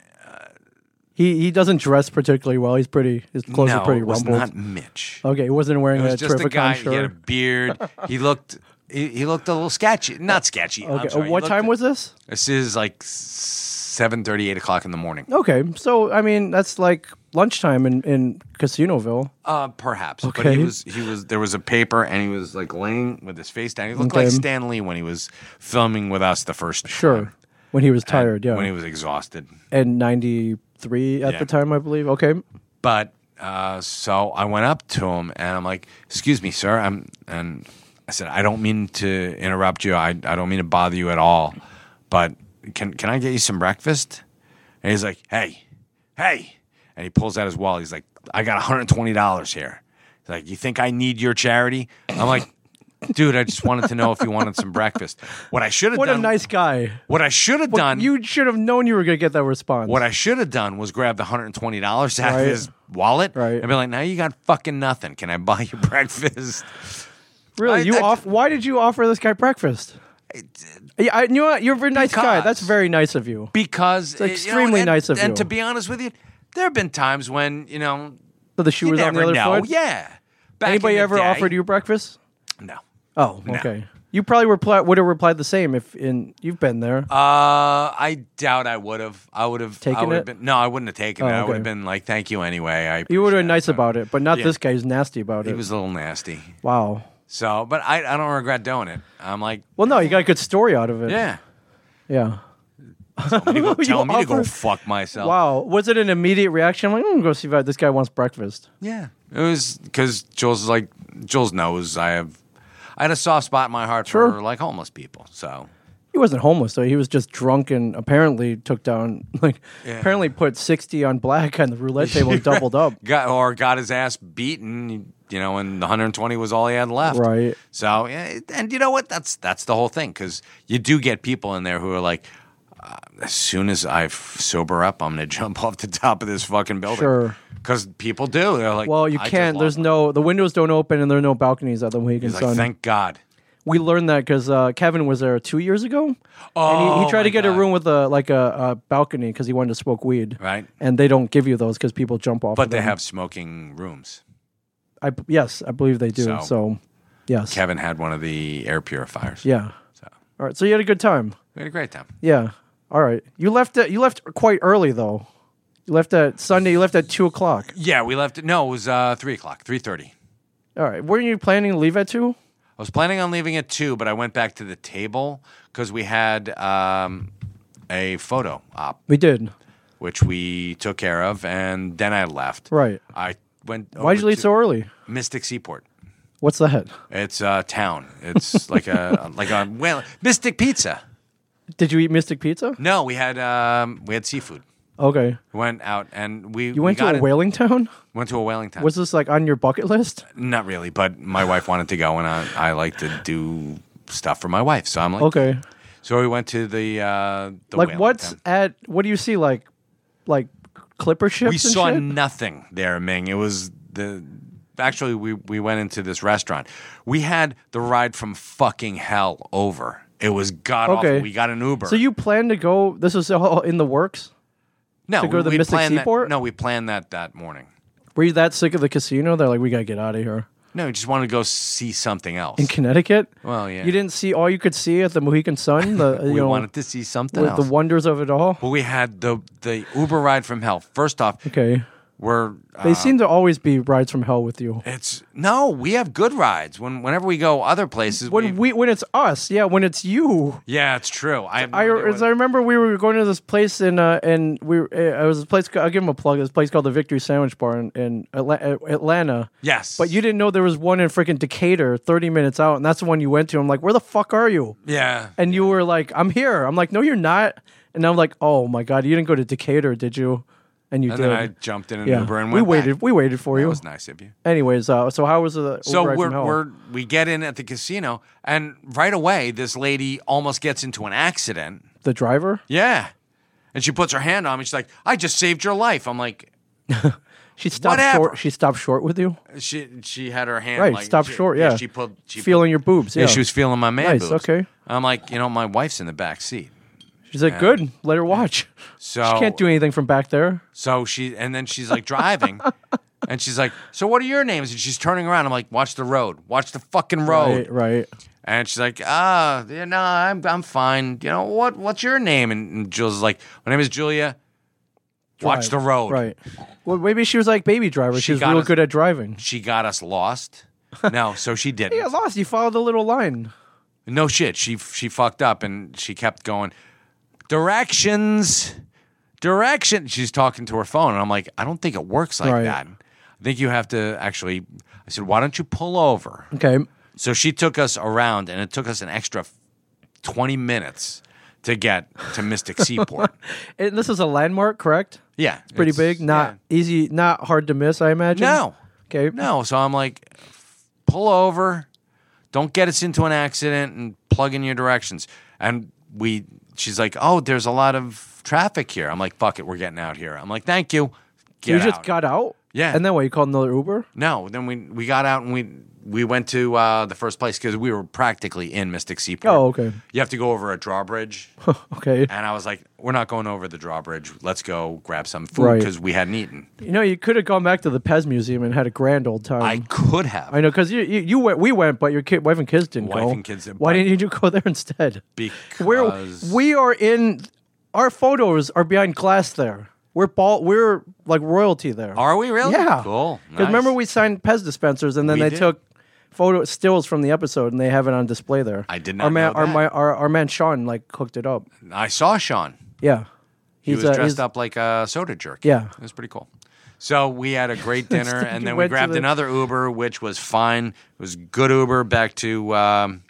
S1: He he doesn't dress particularly well. He's pretty. His clothes
S2: no,
S1: are pretty
S2: it was not
S1: rumpled.
S2: Mitch.
S1: okay, he wasn't wearing
S2: It was
S1: a
S2: just a
S1: terrific
S2: guy. He had a
S1: shirt. [LAUGHS]
S2: beard. he looked. He, he looked a little sketchy. Not sketchy.
S1: Okay, uh, what time was this?
S2: This is like seven thirty, eight o'clock in the morning,
S1: Okay, so I mean that's like lunchtime in in Casinoville.
S2: uh, perhaps. But
S1: Okay.
S2: he was. He was. There was a paper, and he was like laying with his face down. He looked like
S1: Okay.
S2: Stan Lee when he was filming with us the first.
S1: Sure,
S2: time,
S1: when he was tired. yeah,
S2: When he was exhausted.
S1: and ninety three at
S2: Yeah.
S1: the time, I believe. Okay,
S2: But uh, so I went up to him and I'm like, "Excuse me, sir." I'm and I said, "I don't mean to interrupt you. I, I don't mean to bother you at all, but can can I get you some breakfast?" And he's like, "Hey, hey!" And he pulls out his wallet. He's like, "I got 120 dollars here." He's like, "You think I need your charity?" I'm like. Dude, I just wanted to know if you wanted some breakfast. What I should have
S1: what
S2: done.
S1: a nice guy.
S2: what I should have done.
S1: You should have known you were going to get that response.
S2: What I should have done was grab the hundred and twenty dollars out
S1: Right.
S2: of his wallet
S1: Right.
S2: and be like, "Now you got fucking nothing. Can I buy you [LAUGHS] breakfast?"
S1: Really,
S2: I-
S1: you
S2: I-
S1: off? Why did you offer this guy breakfast? Yeah, I, you know what? You're a very nice guy.
S2: Because-
S1: That's very nice of you.
S2: Because you know,
S1: extremely
S2: and-
S1: nice of
S2: And
S1: you.
S2: to be honest with you, there have been times when you know
S1: So the shoe
S2: you
S1: was on the
S2: never
S1: other
S2: know.
S1: foot.
S2: Yeah. Back
S1: Anybody
S2: in the
S1: ever
S2: day-
S1: offered you breakfast?
S2: No. Uh,
S1: Oh, okay. You probably reply, would have replied the same if in you've been there.
S2: Uh, I doubt I would have. I would have I
S1: Taken
S2: would
S1: it? Oh,
S2: Have been, no, I wouldn't have taken it. I
S1: okay.
S2: would have been like, "Thank you anyway." I
S1: you would
S2: appreciate
S1: have been nice
S2: it.
S1: about it, but not
S2: Yeah.
S1: this guy who's nasty about
S2: He
S1: it.
S2: was a little nasty.
S1: wow.
S2: So, but I, I don't regret doing it. I'm
S1: [LAUGHS]
S2: like,
S1: Well, no, you got a good story out of it.
S2: yeah.
S1: Yeah.
S2: Somebody go
S1: [LAUGHS] You
S2: tell me to go
S1: offered-
S2: fuck myself.
S1: Wow. Was it an immediate reaction? I'm like, I'm going to go see if I- this guy wants breakfast.
S2: Yeah, it was because Jules is like Jules knows I have I had a soft spot in my heart
S1: Sure.
S2: for like homeless people. So
S1: He wasn't homeless, though. He was just drunk and apparently took down, [LAUGHS] like,
S2: Yeah.
S1: apparently put 60 on black on the roulette table
S2: [LAUGHS]
S1: and doubled up.
S2: got or got his ass beaten. You know, and the 120 was all he had left.
S1: Right.
S2: So yeah, it- and you know what? That's that's the whole thing because you do get people in there who are like. Uh, as soon as I f- sober up, I'm gonna [LAUGHS] jump off the top of this fucking building.
S1: Sure.
S2: because people do. They're like,
S1: Well, you
S2: "I just
S1: can't.
S2: lost
S1: There's
S2: my-"
S1: no the windows don't open and there are no balconies at the Mohegan
S2: He's like,
S1: Sun.
S2: thank God.
S1: we learned that because uh, Kevin was there two years ago, and he,
S2: Oh,
S1: he tried to
S2: my
S1: get a
S2: God.
S1: room with a like a, a balcony because he wanted to smoke weed.
S2: Right.
S1: And they don't give you those because people jump off.
S2: But
S1: of
S2: they
S1: them.
S2: have smoking rooms.
S1: I, yes, I believe they do. So,
S2: So-
S1: yes,
S2: Kevin had one of the air purifiers.
S1: yeah.
S2: So
S1: All right. So you had a good time.
S2: we had a great time.
S1: Yeah. All right. You left. At, you left quite early though. You left at Sunday. You left at two o'clock.
S2: Yeah, we left. No, it was uh, three o'clock, three thirty.
S1: All right. Weren't you planning to leave at two?
S2: I was planning on leaving at two, but I went back to the table because we had um, a photo op,
S1: We did.
S2: which we took care of, and then I left.
S1: Right.
S2: I went.
S1: Why'd you leave so early?
S2: Mystic Seaport.
S1: What's that?
S2: It's a town. It's [LAUGHS] like a like a well, Mystic Pizza.
S1: Did you eat Mystic Pizza?
S2: No, we had um, we had seafood.
S1: Okay.
S2: We went out and we
S1: You went
S2: we got
S1: to a
S2: it- [LAUGHS]
S1: whaling town?
S2: Went to a whaling town.
S1: Was this like on your bucket list?
S2: Not really, but my wife wanted to go, and I, I like to do stuff for my wife. So I'm like,
S1: Okay.
S2: So we went to the uh, the
S1: Like
S2: whaling
S1: what's
S2: town.
S1: at what do you see like like clipper ships?
S2: we
S1: and
S2: saw
S1: shit?
S2: nothing there, Ming. It was the actually we we went into this restaurant. We had the ride from fucking hell over. It was god awful.
S1: Okay.
S2: We got an Uber.
S1: So you plan to go this is all in the works?
S2: no
S1: to go to the
S2: we
S1: Mystic
S2: planned that-
S1: Seaport?
S2: no, we planned that that morning.
S1: Were you that sick of the casino? They're like, we gotta get out of here.
S2: No, we just wanted to go see something else.
S1: In Connecticut?
S2: Well, yeah.
S1: You didn't see all you could see at the Mohican
S2: [LAUGHS]
S1: Sun, the you
S2: we
S1: know
S2: wanted to see something
S1: with
S2: else.
S1: the wonders of it all.
S2: but we had the the Uber ride from hell. First off,
S1: Okay.
S2: We're uh,
S1: They seem to always be rides from hell with you.
S2: it's no, we have good rides. When whenever we go other places,
S1: When
S2: we,
S1: we when it's us, yeah, when it's you.
S2: yeah, it's true. I, have no
S1: I,
S2: idea
S1: as
S2: what-
S1: I remember, we were going to this place in, uh, and we were- uh, it was a place. I'll give him a plug. This place called the Victory Sandwich Bar in, in Atla- uh, Atlanta.
S2: yes,
S1: But you didn't know there was one in freaking Decatur, thirty minutes out, and that's the one you went to. I'm like, where the fuck are you?
S2: yeah,
S1: And you were like, I'm here. I'm like, no, you're not. And I'm like, oh my god, you didn't go to Decatur, did you? And you
S2: and
S1: did.
S2: then I jumped in an
S1: yeah,
S2: Uber and
S1: we
S2: went.
S1: waited.
S2: Back.
S1: We waited for
S2: That
S1: you.
S2: was nice of you.
S1: Anyways, uh, so how was the
S2: So
S1: Uber ride
S2: we're,
S1: from hell?
S2: we're we get in at the casino, and right away, this lady almost gets into an accident.
S1: the driver?
S2: Yeah, and she puts her hand on me. She's like, "I just saved your life." I'm like,
S1: She stopped
S2: Whatever.
S1: short. She stopped short with you,
S2: she she had her hand
S1: right?
S2: like,
S1: stopped
S2: she-
S1: short. Yeah,
S2: she pulled she pulled-
S1: feeling your boobs. Yeah,
S2: yeah, she was feeling my man
S1: Nice,
S2: boobs.
S1: okay.
S2: I'm like, you know, my wife's in the back seat,
S1: She's like, good. Let her watch.
S2: so
S1: She can't do anything from back there.
S2: So she and then she's like
S1: [LAUGHS]
S2: driving. And she's like, "So what are your names?" And she's turning around. I'm like, "Watch the road. Watch the fucking road."
S1: Right, right.
S2: And she's like, "Ah, yeah, no, I'm I'm fine. You know what? What's your name?" And, and Jules is like, "My name is Julia. Watch
S1: Drive.
S2: the road."
S1: Right. Well, maybe she was like baby driver.
S2: She
S1: She, was
S2: got
S1: real
S2: us-
S1: good at driving.
S2: She got us lost. No, so
S1: [LAUGHS]
S2: she didn't.
S1: You got lost. You followed the little line.
S2: No shit. She she fucked up and she kept going. Directions, direction. She's talking to her phone, and I'm like, I don't think it works like
S1: Right.
S2: that. I think you have to actually. I said, why don't you pull over?
S1: Okay.
S2: So she took us around, and it took us an extra twenty minutes to get to Mystic Seaport.
S1: [LAUGHS] And this is a landmark, correct?
S2: yeah, it's
S1: Pretty big. Not easy. Not hard to miss. I imagine.
S2: No.
S1: Okay.
S2: No, so I'm like, pull over, don't get us into an accident, and plug in your directions. And we, she's like, oh, there's a lot of traffic here. I'm like, fuck it, we're getting out here. I'm like, thank you. Get
S1: you
S2: out.
S1: just got out.
S2: Yeah.
S1: And then what? You called another Uber? [LAUGHS]
S2: no. Then we we got out and we we went to uh, the first place because we were practically in Mystic Seaport.
S1: Oh, okay.
S2: You have to go over a drawbridge,
S1: okay.
S2: and I was like, we're not going over the drawbridge. Let's go grab some food
S1: Right.
S2: because we hadn't eaten.
S1: You know, you could have gone back to the Pez Museum and had a grand old time.
S2: I could have
S1: I know, because you, you you went, we went, but your kid, wife and kids didn't
S2: Wife
S1: go.
S2: and kids didn't-
S1: Why didn't you go [LAUGHS] there instead?
S2: because
S1: We're we are in our photos are behind glass there. We're ball we're like royalty there.
S2: Are we really?
S1: Yeah.
S2: Cool.
S1: 'Cause Remember
S2: Nice.
S1: we signed Pez dispensers and then
S2: We
S1: they
S2: did.
S1: took photo stills from the episode and they have it on display there.
S2: I did
S1: Our
S2: not
S1: man
S2: know
S1: our
S2: that.
S1: my our, our man Sean like hooked it up.
S2: I saw Sean.
S1: Yeah.
S2: He
S1: He's
S2: was
S1: uh,
S2: dressed
S1: he's-
S2: up like a soda jerk.
S1: Yeah.
S2: It was pretty cool. So we had a
S1: [LAUGHS]
S2: great dinner, and then we
S1: went to
S2: grabbed
S1: the-
S2: another Uber, which was fine. It was good Uber back to um,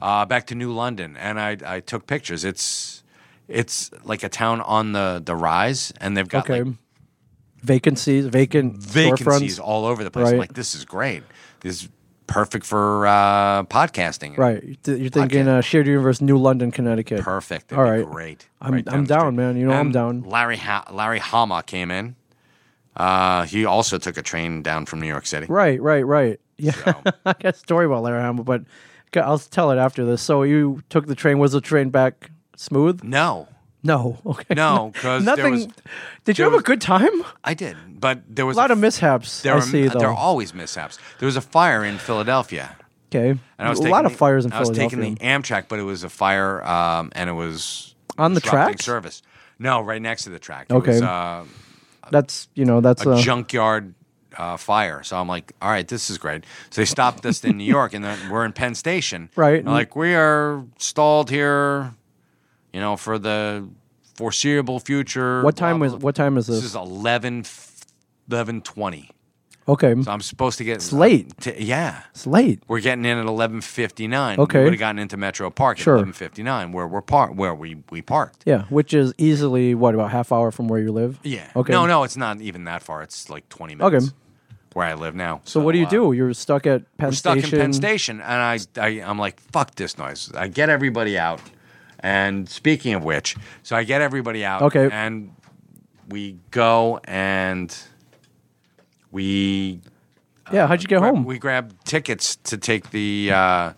S2: uh, back to New London, and I I took pictures. It's it's like a town on the the rise, and they've got
S1: Okay.
S2: like
S1: Vacancies, vacant
S2: vacancies
S1: storefronts.
S2: all over the place. I'm
S1: Right.
S2: like, this is great. This is perfect for uh, podcasting.
S1: Right. Th- You're thinking uh, shared universe New London, Connecticut.
S2: Perfect. That'd
S1: All
S2: be
S1: right.
S2: great.
S1: I'm-
S2: Right
S1: I'm
S2: the street.
S1: down, man. You know I'm
S2: And
S1: down.
S2: Larry ha- Larry Hama came in. Uh, he also took a train down from New York City. Um,
S1: Right, right, right. Yeah,
S2: So-
S1: [LAUGHS] I got a story about Larry Hama, but ca- I'll tell it after this. So you took the train. Was the train back smooth?
S2: No,
S1: No. [LAUGHS] Okay.
S2: Mm. no, because
S1: Nothing.
S2: there was
S1: did you
S2: there
S1: have
S2: was-
S1: a good time?
S2: I did, but there was
S1: A lot of
S2: mishaps.
S1: mishaps.
S2: There
S1: I
S2: were,
S1: see though.
S2: there are always mishaps. There was a fire in Philadelphia,
S1: okay.
S2: and I was
S1: a
S2: taking
S1: lot
S2: the,
S1: of fires in
S2: I was
S1: Philadelphia.
S2: taking the Amtrak, but it was a fire, um, and it was
S1: On the
S2: disrupting
S1: track?
S2: service. No, right next to the track. It
S1: Okay.
S2: was, uh,
S1: that's you know that's uh,
S2: junkyard uh, fire. So I'm like, all right, this is great. So they stopped us in New York, and then we're in Penn Station.
S1: [LAUGHS] Right.
S2: And they're like we are stalled here, you know, for the foreseeable future.
S1: what
S2: blah,
S1: time
S2: blah,
S1: is
S2: blah.
S1: what time is
S2: This
S1: this?
S2: is 11, 11.20.
S1: okay,
S2: So I'm supposed to get it's
S1: late.
S2: yeah,
S1: it's late.
S2: we're getting in at eleven fifty nine.
S1: Okay.
S2: we would have gotten into Metro Park
S1: Sure.
S2: at eleven fifty nine, where we're par- where we we parked.
S1: Yeah, which is easily what about half hour from where you live?
S2: Yeah.
S1: Okay.
S2: No, no, it's not even that far. It's like twenty minutes.
S1: Okay.
S2: Where I live now.
S1: So what do you
S2: uh,
S1: do? You're stuck at Penn
S2: stuck
S1: Station.
S2: in Penn Station, and I, I I'm like, fuck this noise. I get everybody out, and speaking of which, so I get everybody out.
S1: Okay.
S2: and we go and we
S1: Yeah, how'd you get home?
S2: we grab tickets to take the uh,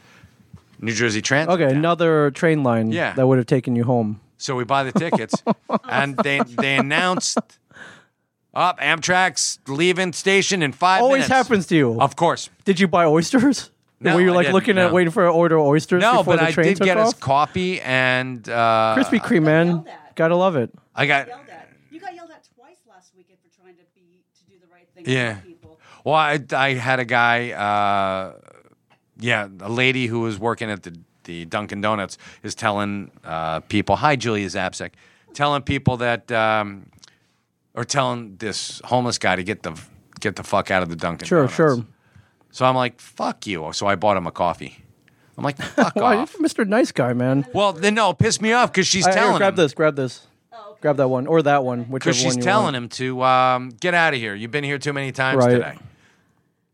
S2: New Jersey Transit.
S1: okay,
S2: down.
S1: another train line
S2: Yeah.
S1: that would have taken you home.
S2: So we buy the tickets,
S1: [LAUGHS]
S2: and they they announced. Up, Amtrak's leaving station in five minutes.
S1: Always happens to you.
S2: Of course.
S1: Did you buy oysters?
S2: No,
S1: Were you
S2: I
S1: like
S2: didn't,
S1: looking
S2: no.
S1: at waiting for an order of oysters
S2: No,
S1: before
S2: but
S1: the
S2: I
S1: train
S2: did
S1: took
S2: get us
S1: off?
S2: coffee and uh,
S1: Krispy Kreme, man. Gotta love it.
S2: I got
S3: yelled at. You got yelled at twice last weekend for trying
S2: Yeah.
S3: people.
S2: Well, I, I had a guy, uh, yeah, a lady who was working at the, the Dunkin' Donuts is telling uh, people, hi, Julia Zapsik, telling people that, um, or telling this homeless guy to get the get the fuck out of the Dunkin'
S1: Sure,
S2: Donuts.
S1: sure.
S2: So I'm like, fuck you. So I bought him a coffee. I'm like,
S1: [LAUGHS]
S2: fuck
S1: Wow, you're
S2: off.
S1: Mr. Nice Guy, man.
S2: Well, then no, it pissed me off because she's
S1: I- here,
S2: telling
S1: grab
S2: him.
S1: this, grab this.
S3: Oh,
S1: Grab that one or that one, whichever
S2: Because she's
S1: one you
S2: telling
S1: want.
S2: him to um, get out of here. You've been here too many times
S1: Right.
S2: today.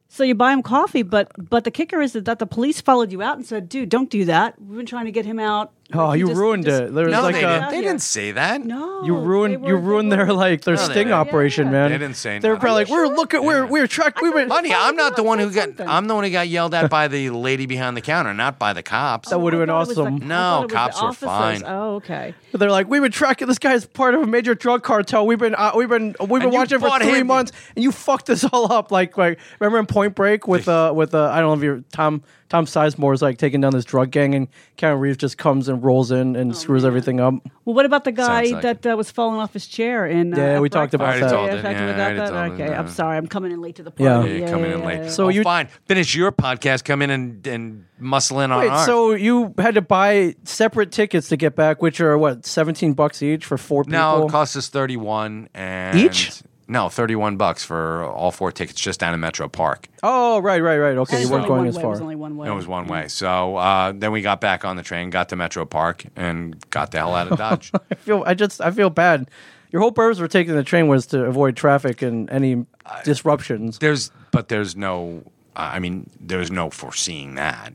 S3: So you buy him coffee, but but the kicker is that, that the police followed you out and said, "Dude, don't do that. We've been trying to get him out."
S1: Oh,
S3: Like,
S1: you
S3: just-
S1: ruined
S3: just-
S1: it. There was
S3: just
S2: No,
S1: like
S2: they,
S1: uh, a-
S3: get
S2: didn't,
S3: out
S2: they
S3: here.
S2: didn't say that.
S3: No,
S1: You
S3: they
S1: ruined you
S3: were- Oh, they
S1: ruined their
S3: were-
S1: like their
S2: No, they
S1: sting
S2: didn't.
S1: operation,
S3: Yeah.
S1: man.
S2: They didn't say
S1: They were
S2: nothing.
S1: probably like,
S3: Are you
S1: "We're look at we're we're truck we were."
S2: Money, I'm not the one who got.
S1: something.
S2: I'm the one who got yelled at by the lady behind the counter, not by the cops.
S1: That would have
S3: I
S1: been
S3: thought it was the-
S1: awesome.
S3: I
S2: No,
S3: thought it was the
S2: cops were
S3: officers.
S2: fine.
S3: Oh, okay.
S1: [LAUGHS] They're like, "We've been tracking this guy's part of a major drug cartel. We've been uh, we've been we've been
S2: And you
S1: watching for
S2: bought
S1: three
S2: him-
S1: months, and you fucked this all up." Like like remember in Point Break with uh with uh I don't know if you're Tom Tom Sizemore is like taking down this drug gang, and Keanu Reeves just comes and rolls in
S3: Oh,
S1: and screws everything up.
S3: Well, what about the guy
S2: Sounds like
S3: that uh, was falling off his chair? In uh,
S1: Yeah,
S3: at
S1: we talked about
S3: breakfast?
S1: that. I
S2: already
S3: Yeah,
S2: told it.
S3: we
S2: Yeah,
S3: got
S2: I already
S3: that?
S2: told it.
S3: Okay, I'm
S2: Yeah.
S3: sorry, I'm coming in late to the
S1: Yeah.
S3: party.
S1: Yeah,
S2: You're coming in late.
S1: So
S2: So
S1: you-
S2: you fine? Finish your podcast. Come in and, and muscle in on
S1: Wait,
S2: ours.
S1: so you had to buy separate tickets to get back, which are what seventeen bucks each for four people.
S2: no, it costs us thirty one and
S1: Each?
S2: No, thirty one bucks for all four tickets just down in Metro Park.
S1: oh, right, right, right.
S3: And
S1: Okay,
S3: it
S1: you
S3: was
S1: weren't
S3: only
S1: going
S3: one
S1: as
S3: way,
S1: far.
S3: It was only one way.
S2: It was one way. So uh, then we got back on the train, got to Metro Park, and got the hell out
S1: [LAUGHS]
S2: of Dodge.
S1: I feel I just I feel bad. Your whole purpose for taking the train was to avoid traffic and any disruptions.
S2: there's, but there's no. I mean, there's no foreseeing that.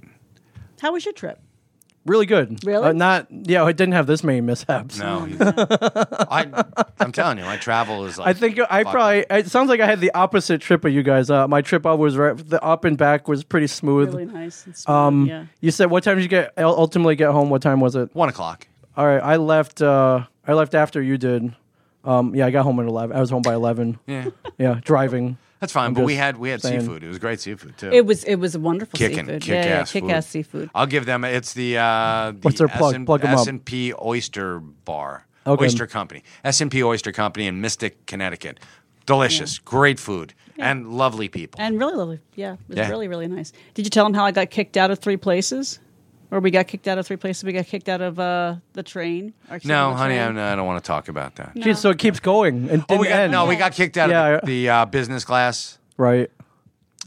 S3: How was your trip?
S1: Really good.
S3: Really?
S1: Uh, not yeah. It didn't have this many mishaps.
S2: No, you- I, I'm telling you, my travel is like.
S1: I think I
S2: fuck.
S1: probably. It sounds like I had the opposite trip of you guys. Uh, my trip up was right. The up and back was pretty smooth.
S2: [LAUGHS]
S3: Really nice. And smooth,
S1: Um,
S3: yeah.
S1: you said what time did you get ul- ultimately get home? What time was it?
S2: one o'clock.
S1: All right, I left. Uh, I left after you did. Um, yeah, I got home at eleven. I was home by eleven.
S2: Yeah,
S1: yeah, driving.
S2: that's fine. but we
S1: just
S2: had we had
S1: saying.
S2: seafood. It was great seafood too.
S3: It was it was a wonderful
S2: Kickin',
S3: seafood.
S2: kick-ass
S3: yeah, yeah,
S2: food.
S3: kick ass seafood.
S2: I'll give them. It's the uh, the
S1: What's their plug?
S2: S&,
S1: Plug 'em up.
S2: S&P Oyster Bar,
S1: Okay.
S2: Oyster Company, S and P Oyster Company in Mystic, Connecticut. Delicious, great food, and lovely people.
S3: And really lovely. Yeah, it was
S2: Yeah.
S3: really, really nice. Did you tell him how I got kicked out of three places? Or we got kicked out of three places. We got kicked out of uh, the train. our seat on
S2: no,
S3: the
S2: honey,
S3: train.
S2: I'm, I don't want to talk about that.
S1: Jeez, so it keeps going and didn't
S2: Oh, we got
S1: end.
S2: no, we got kicked out
S1: Yeah.
S2: of the, the, uh, business class,
S1: right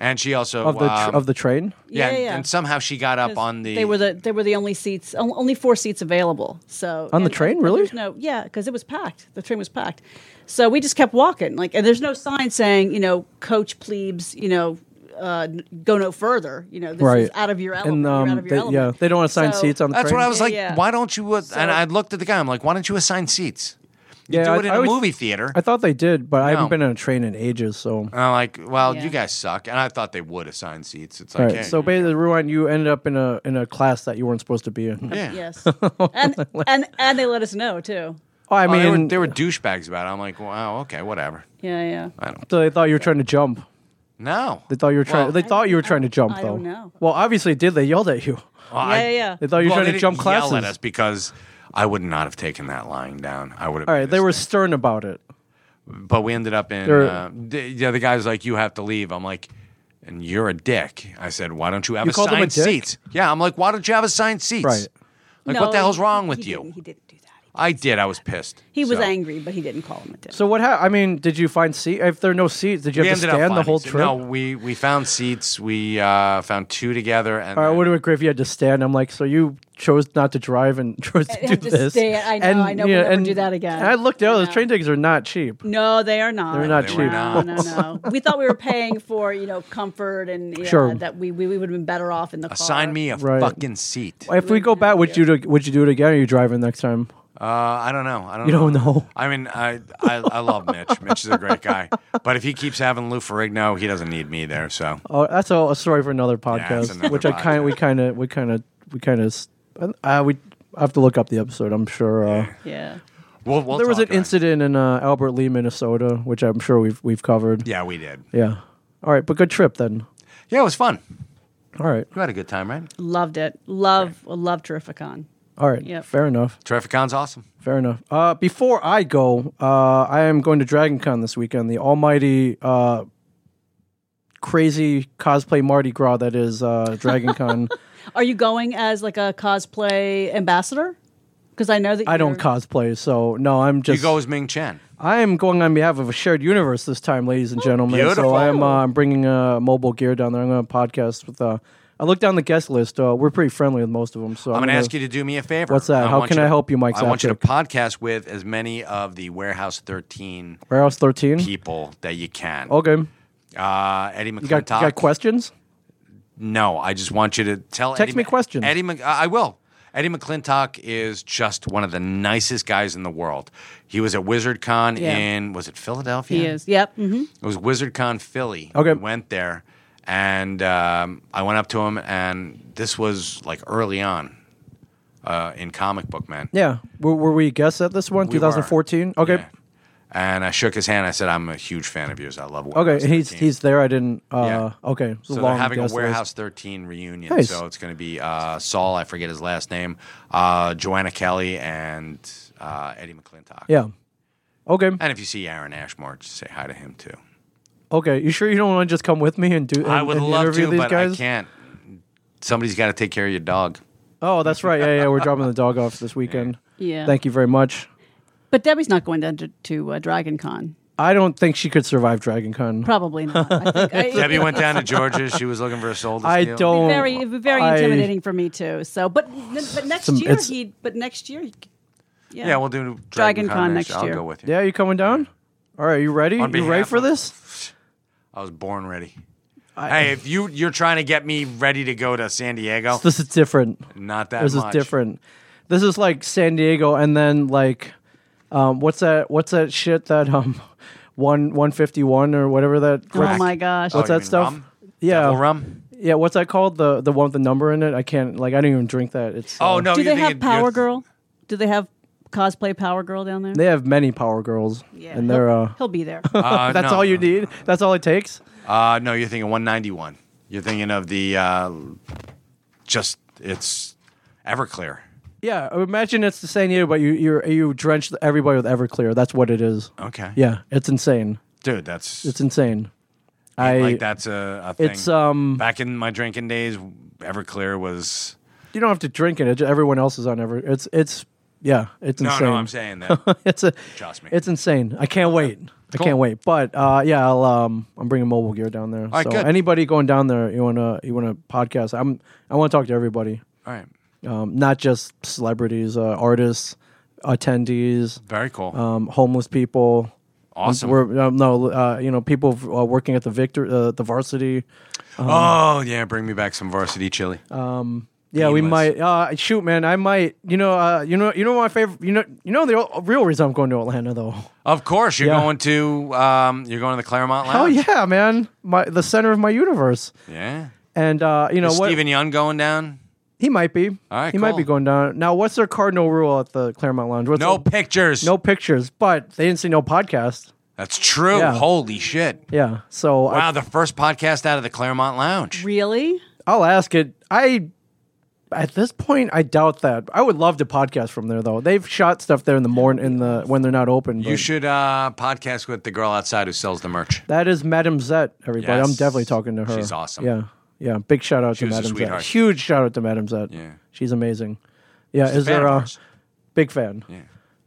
S2: and she also
S1: of the tr-
S2: um,
S1: of the train.
S2: yeah,
S3: Yeah,
S2: and,
S3: yeah.
S2: and somehow she got up on the
S3: They were the they were the only seats, on- only four seats available. So
S1: On the
S3: and-
S1: train,
S3: and
S1: really?
S3: there's No, yeah, because it was packed. The train was packed. So we just kept walking. Like, and there's no sign saying, you know, coach plebes, you know, uh, n- go no further. You know, this
S1: Right.
S3: is out of your element.
S1: And
S3: You're out
S1: um,
S3: of your
S1: they,
S3: element.
S1: yeah, they don't assign
S3: So-
S1: seats on the
S2: That's
S1: train.
S2: what I was
S3: Yeah,
S2: like.
S3: yeah.
S2: Why don't you? Uh, and
S3: So-
S2: I looked at the guy. I'm like, why don't you assign seats? You
S1: Yeah,
S2: do
S1: I-
S2: it in
S1: I
S2: a
S1: always-
S2: movie theater.
S1: I thought they did, but I haven't
S2: No. Oh,
S1: been on a train in ages. So,
S2: and I'm like, well,
S3: Yeah.
S2: you guys suck. And I thought they would assign seats. It's
S1: all
S2: like,
S1: right.
S2: hey,
S1: So basically, rewind. You ended up in a in a class that you weren't supposed to be in.
S2: yeah.
S3: [LAUGHS]
S1: [LAUGHS]
S3: Yes. and and and they let us know too.
S1: Oh, I
S2: Well,
S1: mean,
S2: they were, they were douchebags about it. I'm like, wow, okay, whatever.
S3: Yeah, yeah.
S2: I don't.
S1: so they thought you were trying to jump.
S2: No,
S1: They thought you were trying.
S2: Well-
S1: they thought you were trying to jump.
S3: I
S1: though.
S3: don't know.
S1: Well, obviously, it did they yelled at you?
S2: Well,
S3: Yeah,
S2: I-
S3: yeah, yeah.
S1: They thought you
S2: well,
S1: were trying
S2: they
S1: to jump
S2: didn't
S1: classes.
S2: Yell at us because I would not have taken that line down. I would have.
S1: All right, they were stern about it.
S2: But we ended up in.
S1: They're-
S2: Uh, the, yeah, the guy's like, you have to leave. I'm like. And you're a dick. I said, why don't you have
S1: You called him a
S2: assigned
S1: dick?
S2: seats? Yeah, I'm like, why don't you have assigned seats?
S1: Right.
S2: Like,
S3: No,
S2: what the hell's
S3: he-
S2: wrong
S3: he
S2: with you?
S3: didn't- he didn't do that.
S2: I did. I was pissed.
S3: He was
S2: So-
S3: angry, but he didn't call him a dick.
S1: So what? happened? I mean, did you find seat? If there are no seats, did you
S2: We
S1: have to
S2: ended up
S1: stand the
S2: finding
S1: whole
S2: seats.
S1: trip?
S2: No, we we found seats. We uh, found two together, and
S1: All right,
S2: then-
S1: what about if you had to stand? I'm like, so you chose not to drive and [LAUGHS] chose to
S3: And
S1: do
S3: to
S1: this.
S3: stay- I know, I know, we'll never do that again. Mm-hmm.
S1: And I looked out; those train tickets are not cheap.
S3: no, they are not.
S1: They're not
S2: They
S1: cheap.
S2: were
S3: No,
S2: not.
S3: no, no. we thought we were paying for you know comfort and yeah,
S1: Sure.
S3: that we we, we would have been better off in the car.
S2: assign me a
S1: Right.
S2: fucking seat. Uh,
S1: If we go back, would you do, would you do it again? Or are you driving next time?
S2: Uh, I don't know. I don't.
S1: You
S2: know.
S1: don't know.
S2: I mean, I, I I love
S1: [LAUGHS]
S2: Mitch. Mitch is a great guy, but if he keeps having Lou Ferrigno, he doesn't need me there. So
S1: Oh, that's a, a story for another podcast.
S2: it's another
S1: which I kind of we kind of we kind of we kind of uh, we I have to look up the episode. I'm sure. Uh,
S3: Yeah.
S2: we'll, we'll
S1: there was
S2: talk
S1: an
S2: about it.
S1: incident in uh, Albert Lee, Minnesota, which I'm sure we've we've covered.
S2: Yeah, we did.
S1: Yeah. All right, but good trip then.
S2: Yeah, it was fun.
S1: All right.
S2: You had a good time, right?
S3: Loved it. Love love Terrificon.
S1: All right.
S3: Yep.
S1: Fair enough.
S2: Trafficon's awesome.
S1: Fair enough. Uh, before I go, uh, I am going to Dragon Con this weekend, the almighty uh, crazy cosplay Mardi Gras that is uh, Dragon Con.
S3: Are you going as like a cosplay ambassador? Because I know that
S1: I don't
S3: you're-
S1: cosplay, so no, I'm
S2: You
S1: just.
S2: go as Ming Chen.
S1: I am going on behalf of a shared universe this time, ladies and gentlemen. So
S2: beautiful.
S1: I am uh, I'm bringing uh, mobile gear down there. I'm going to podcast with. Uh, I looked down the guest list. Uh, we're pretty friendly with most of them. So
S2: I'm going to
S1: gonna-
S2: ask you to do me a favor.
S1: What's that? How
S2: want
S1: can I help you, Mike
S2: I want you to
S1: Zapchik?
S2: podcast with as many of the Warehouse 13
S1: Warehouse 13.
S2: people that you can.
S1: Okay. You
S2: Uh, Eddie McClintock.
S1: got, you got questions?
S2: No, I just want you to tell.
S1: Text
S2: Eddie
S1: me
S2: Mc-
S1: questions.
S2: Eddie, Mc- I I will. Eddie McClintock is just one of the nicest guys in the world. He was at WizardCon
S3: Yeah.
S2: in was it Philadelphia?
S4: He is.
S3: Yep. hmm
S2: It was WizardCon Philly.
S1: Okay.
S2: We went there, and um, I went up to him, and this was like early on uh, in comic book man.
S1: Yeah. Were, were we guests at this one?
S2: We were.
S1: 2014. Okay.
S2: Yeah. And I shook his hand. I said, "I'm a huge fan of yours. I love." Warehouse
S1: Okay. He's
S2: 13."
S1: he's there. I didn't. Uh,
S2: Yeah.
S1: Okay. It's a
S2: So
S1: long
S2: they're having a
S1: guest list.
S2: warehouse 13 reunion.
S1: Nice.
S2: So it's going to be uh, Saul. I forget his last name. Uh, Joanna Kelly and uh, Eddie McClintock.
S1: Yeah. Okay.
S2: And if you see Aaron Ashmore, just say hi to him too.
S1: Okay. You sure you don't want to just come with me and do? And,
S2: I would
S1: and
S2: love
S1: interview
S2: to,
S1: these
S2: but
S1: guys?
S2: I can't. Somebody's got to take care of your dog.
S1: Oh, that's right. Yeah, yeah. We're dropping the dog off this weekend.
S3: Yeah.
S1: Thank you very much.
S3: But Debbie's not going down to, to uh, Dragon Con.
S1: I don't think she could survive Dragon Con.
S3: Probably not. I think, I,
S2: [LAUGHS] Debbie went down to Georgia. She was looking for a soul. To
S1: I
S2: steal.
S1: don't.
S3: very it would be very
S1: I-
S3: intimidating for me too. So, but but next
S1: Some-
S3: year
S1: it's-
S3: he but next year, he- yeah,
S2: Yeah, we'll do Dragon,
S3: Dragon
S2: Con,
S3: Con
S2: next
S3: next
S2: I'll
S3: year.
S2: go with you.
S1: Yeah, you coming down? All right, you ready?
S2: On
S1: You ready
S2: behalf
S1: for
S2: of-
S1: this?
S2: I was born ready. hey, if you you're trying to get me ready to go to San Diego,
S1: This is different.
S2: not that
S1: This
S2: much.
S1: is different. This is like San Diego, and then like, um, what's that? What's that shit that um, [LAUGHS] one one fifty one or whatever that?
S3: Oh my gosh.
S2: Oh,
S1: What's
S2: you
S1: that
S2: mean
S1: stuff?
S2: rum?
S1: Yeah,
S2: Devil rum.
S1: yeah. What's that called? The the one with the number in it? I can't. Like, I don't even drink that. It's. uh,
S2: Oh no!
S3: Do
S2: you
S3: they
S2: think
S3: have
S2: it- you're-
S3: Power Girl? Do they have cosplay Power Girl down there?
S1: They have many Power Girls, and they're.
S3: he'll,
S1: Uh,
S3: he'll
S2: [LAUGHS]
S3: be there.
S1: [LAUGHS]
S2: Uh,
S1: that's
S2: no.
S1: all you need. That's all it takes.
S2: Uh, no, you're thinking 191. You're thinking of the uh, just it's Everclear.
S1: Yeah, imagine it's the San Diego, but you you you drenched everybody with Everclear. That's what it is.
S2: Okay.
S1: Yeah, it's insane.
S2: dude, that's
S1: It's insane. I
S2: like that's a, a thing.
S1: It's um.
S2: Back in my drinking days, Everclear was
S1: You don't have to drink it. it ju- everyone else is on every. It's it's yeah. It's
S2: no,
S1: insane.
S2: no. I'm saying that.
S1: [LAUGHS] it's a.
S2: Trust me.
S1: It's insane. I can't wait. I
S2: Cool.
S1: can't wait. But uh, yeah, I'll um. I'm bringing mobile gear down there.
S2: right,
S1: so
S2: good.
S1: anybody going down there, you wanna you wanna podcast? I'm I want to talk to everybody.
S2: all right,
S1: Um, not just celebrities, uh, artists, attendees,
S2: very cool,
S1: um, homeless people.
S2: awesome.
S1: We're um, no, uh, you know, people uh, working at the Victor, uh, the varsity.
S2: oh yeah, bring me back some varsity chili.
S1: Uh, Yeah, we
S2: Painless.
S1: might. Uh, shoot, man, I might. You know, uh, you know, you know, my favorite. You know, you know, the o- real reason I'm going to Atlanta, though.
S2: of course, you're
S1: yeah.
S2: going to um, you're going to the Claremont
S1: Oh
S2: Lounge.
S1: yeah, man, my the center of my universe.
S2: yeah.
S1: And uh, you know
S2: Is
S1: what?
S2: Stephen Young going down?
S1: he might be.
S2: All right,
S1: he might
S2: cool.
S1: be going down. Now, what's their cardinal rule at the Claremont Lounge? What's
S2: No
S1: the-
S2: pictures.
S1: no pictures, but they didn't see no podcast.
S2: That's true.
S1: Yeah.
S2: Holy shit.
S1: Yeah, so I,
S2: Wow, the first podcast out of the Claremont Lounge.
S3: really?
S1: I'll ask it. I at this point, I doubt that. I would love to podcast from there, though. They've shot stuff there in the morning, in the when they're not open.
S2: You
S1: but-
S2: should uh, podcast with the girl outside who sells the merch.
S1: That is Madame Zet, everybody. I'm
S2: Yes.
S1: definitely talking to her.
S2: She's awesome.
S1: Yeah. Yeah. Big shout out
S2: She
S1: to
S2: was a
S1: Madame Zet.
S2: sweetheart.
S1: Huge shout out to Madame Zet.
S2: Yeah.
S1: She's amazing. Yeah.
S2: a
S1: is there
S2: fan of
S1: a
S2: ours.
S1: big fan? Yeah.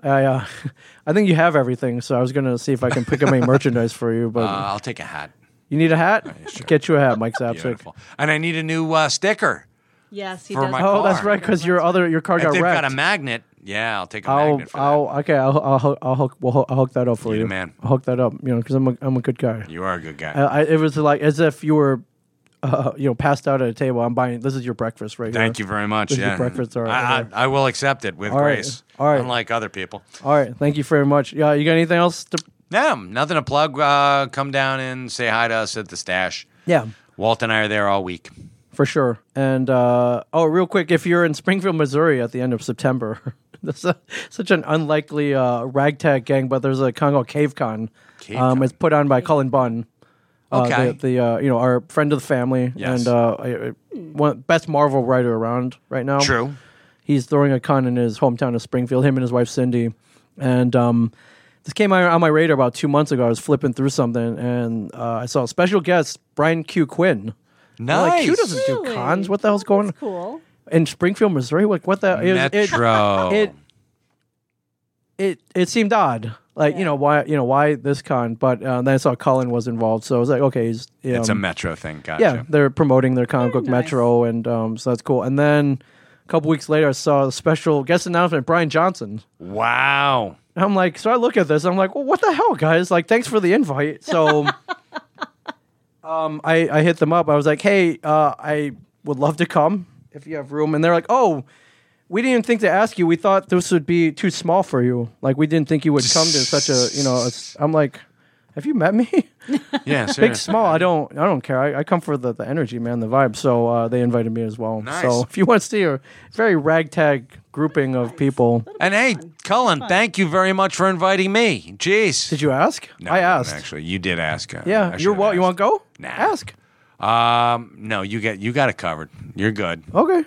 S1: I, uh, [LAUGHS] I think you have everything, so I was going to see if I can pick
S2: [LAUGHS]
S1: up any merchandise for you, but
S2: Uh, I'll take a hat.
S1: you need a hat? Get you a hat, Mike Zapsik.
S2: Beautiful. And I need a new uh, sticker.
S3: Yes, he
S2: For
S3: does.
S2: my-
S1: Oh, that's
S2: Car.
S1: right, because your other your car
S2: if
S1: got
S2: they've
S1: wrecked.
S2: got a magnet, yeah, I'll take a
S1: I'll,
S2: magnet for
S1: I'll, okay, I'll, I'll, hook- I'll hook, we'll hook, I'll hook that up for
S2: You're the
S1: you.
S2: man.
S1: I'll hook that up, you know, because I'm a, I'm a good guy.
S2: that. You are a good guy.
S1: I, Uh, I, it was like as if you were, uh, you know, passed out at a table. I'm buying. This is your breakfast, right?
S2: Thank
S1: here.
S2: you very much.
S1: This is
S2: Yeah.
S1: breakfast, all
S2: I,
S1: right.
S2: I, I will accept it with
S1: All right.
S2: grace.
S1: All right.
S2: Unlike other people.
S1: All right, thank you very much. Yeah, you got anything else? To,
S2: No, nothing to plug. Uh, come down and say hi to us at the stash.
S1: yeah,
S2: Walt and I are there all week.
S1: for sure. And uh, oh, real quick, if you're in Springfield, Missouri, at the end of September, [LAUGHS] that's a, such an unlikely uh, ragtag gang, but there's a Congo Cave Con.
S2: Cave
S1: um,
S2: Con.
S1: It's put on by Colin Bunn. Uh,
S2: Okay.
S1: the, the uh, you know our friend of the family
S2: Yes.
S1: and uh, I, I, one, best Marvel writer around right now.
S2: True.
S1: he's throwing a con in his hometown of Springfield. Him and his wife Cindy, and um, this came on on my radar about two months ago. I was flipping through something and uh, I saw a special guest Brian Q Quinn. I'm Like, Q
S2: Nice.
S1: doesn't do
S3: Really?
S1: cons. What the hell's going?
S3: That's cool.
S1: in Springfield, Missouri. Like what the it- it-
S2: Metro.
S1: [LAUGHS] It, it it seemed odd. Like you know why you know why this con, but uh, then I saw Cullen was involved, so I was like, okay, he's you
S2: it's
S1: know,
S2: a Metro thing. Gotcha.
S1: um, yeah, they're promoting their comic book
S3: nice.
S1: Metro, and um, so that's cool. And then a couple weeks later, I saw a special guest announcement, Brian Johnson. [LAUGHS]
S2: Wow.
S1: And I'm like, so I look at this, I'm like, well, what the hell, guys? Like, thanks for the invite. So, um, I I hit them up. I was like, hey, uh, I would love to come if you have room, and they're like, oh. We didn't even think to ask you. We thought this would be too small for you. Like we didn't think you would come to such a, you know. A, s- I'm like, have you met me? [LAUGHS]
S2: Yeah.
S1: big
S2: seriously.
S1: small i don't i don't care i, I come for the, the energy man the vibe so uh, they invited me as well
S2: Nice.
S1: so [LAUGHS] if you want to see a very ragtag grouping of people
S2: And hey, Cullen, thank you very much for inviting me. Jeez.
S1: did you ask
S2: No,
S1: i
S2: you didn't,
S1: asked
S2: Actually, you did ask. uh, I
S1: yeah
S2: should
S1: you're
S2: have
S1: well you want to go
S2: Nah.
S1: ask
S2: asked. Um, no, you get you got it covered. You're good.
S1: okay All right.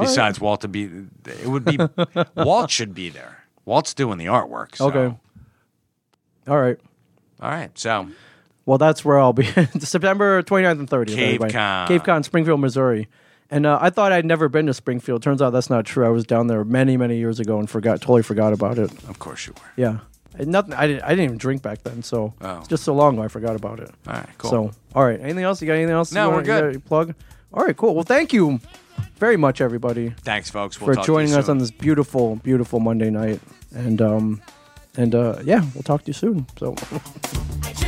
S2: Besides, Walt to be it would
S1: [LAUGHS]
S2: be Walt should be there. Walt's doing the artwork. so-
S1: okay all right
S2: All right. So
S1: well that's where i'll be [LAUGHS] september 29th and 30th
S2: Cave
S1: everybody.
S2: Con.
S1: cave con springfield missouri and uh, I thought I'd never been to Springfield. Turns out that's not true. I was down there many, many years ago and forgot, totally forgot about it.
S2: of course you were.
S1: Yeah, And nothing. I didn't. I didn't even drink back then, so
S2: Oh.
S1: it's just so long ago I forgot about it.
S2: All right. Cool.
S1: So, all right. Anything else? You got anything else?
S2: No,
S1: you
S2: we're good.
S1: you Plug. All right, cool. Well, thank you very much, everybody,
S2: Thanks, folks. We'll
S1: for
S2: talk to you
S1: joining us
S2: soon.
S1: on this beautiful, beautiful Monday night. And um, and uh, yeah, we'll talk to you soon. So.
S4: I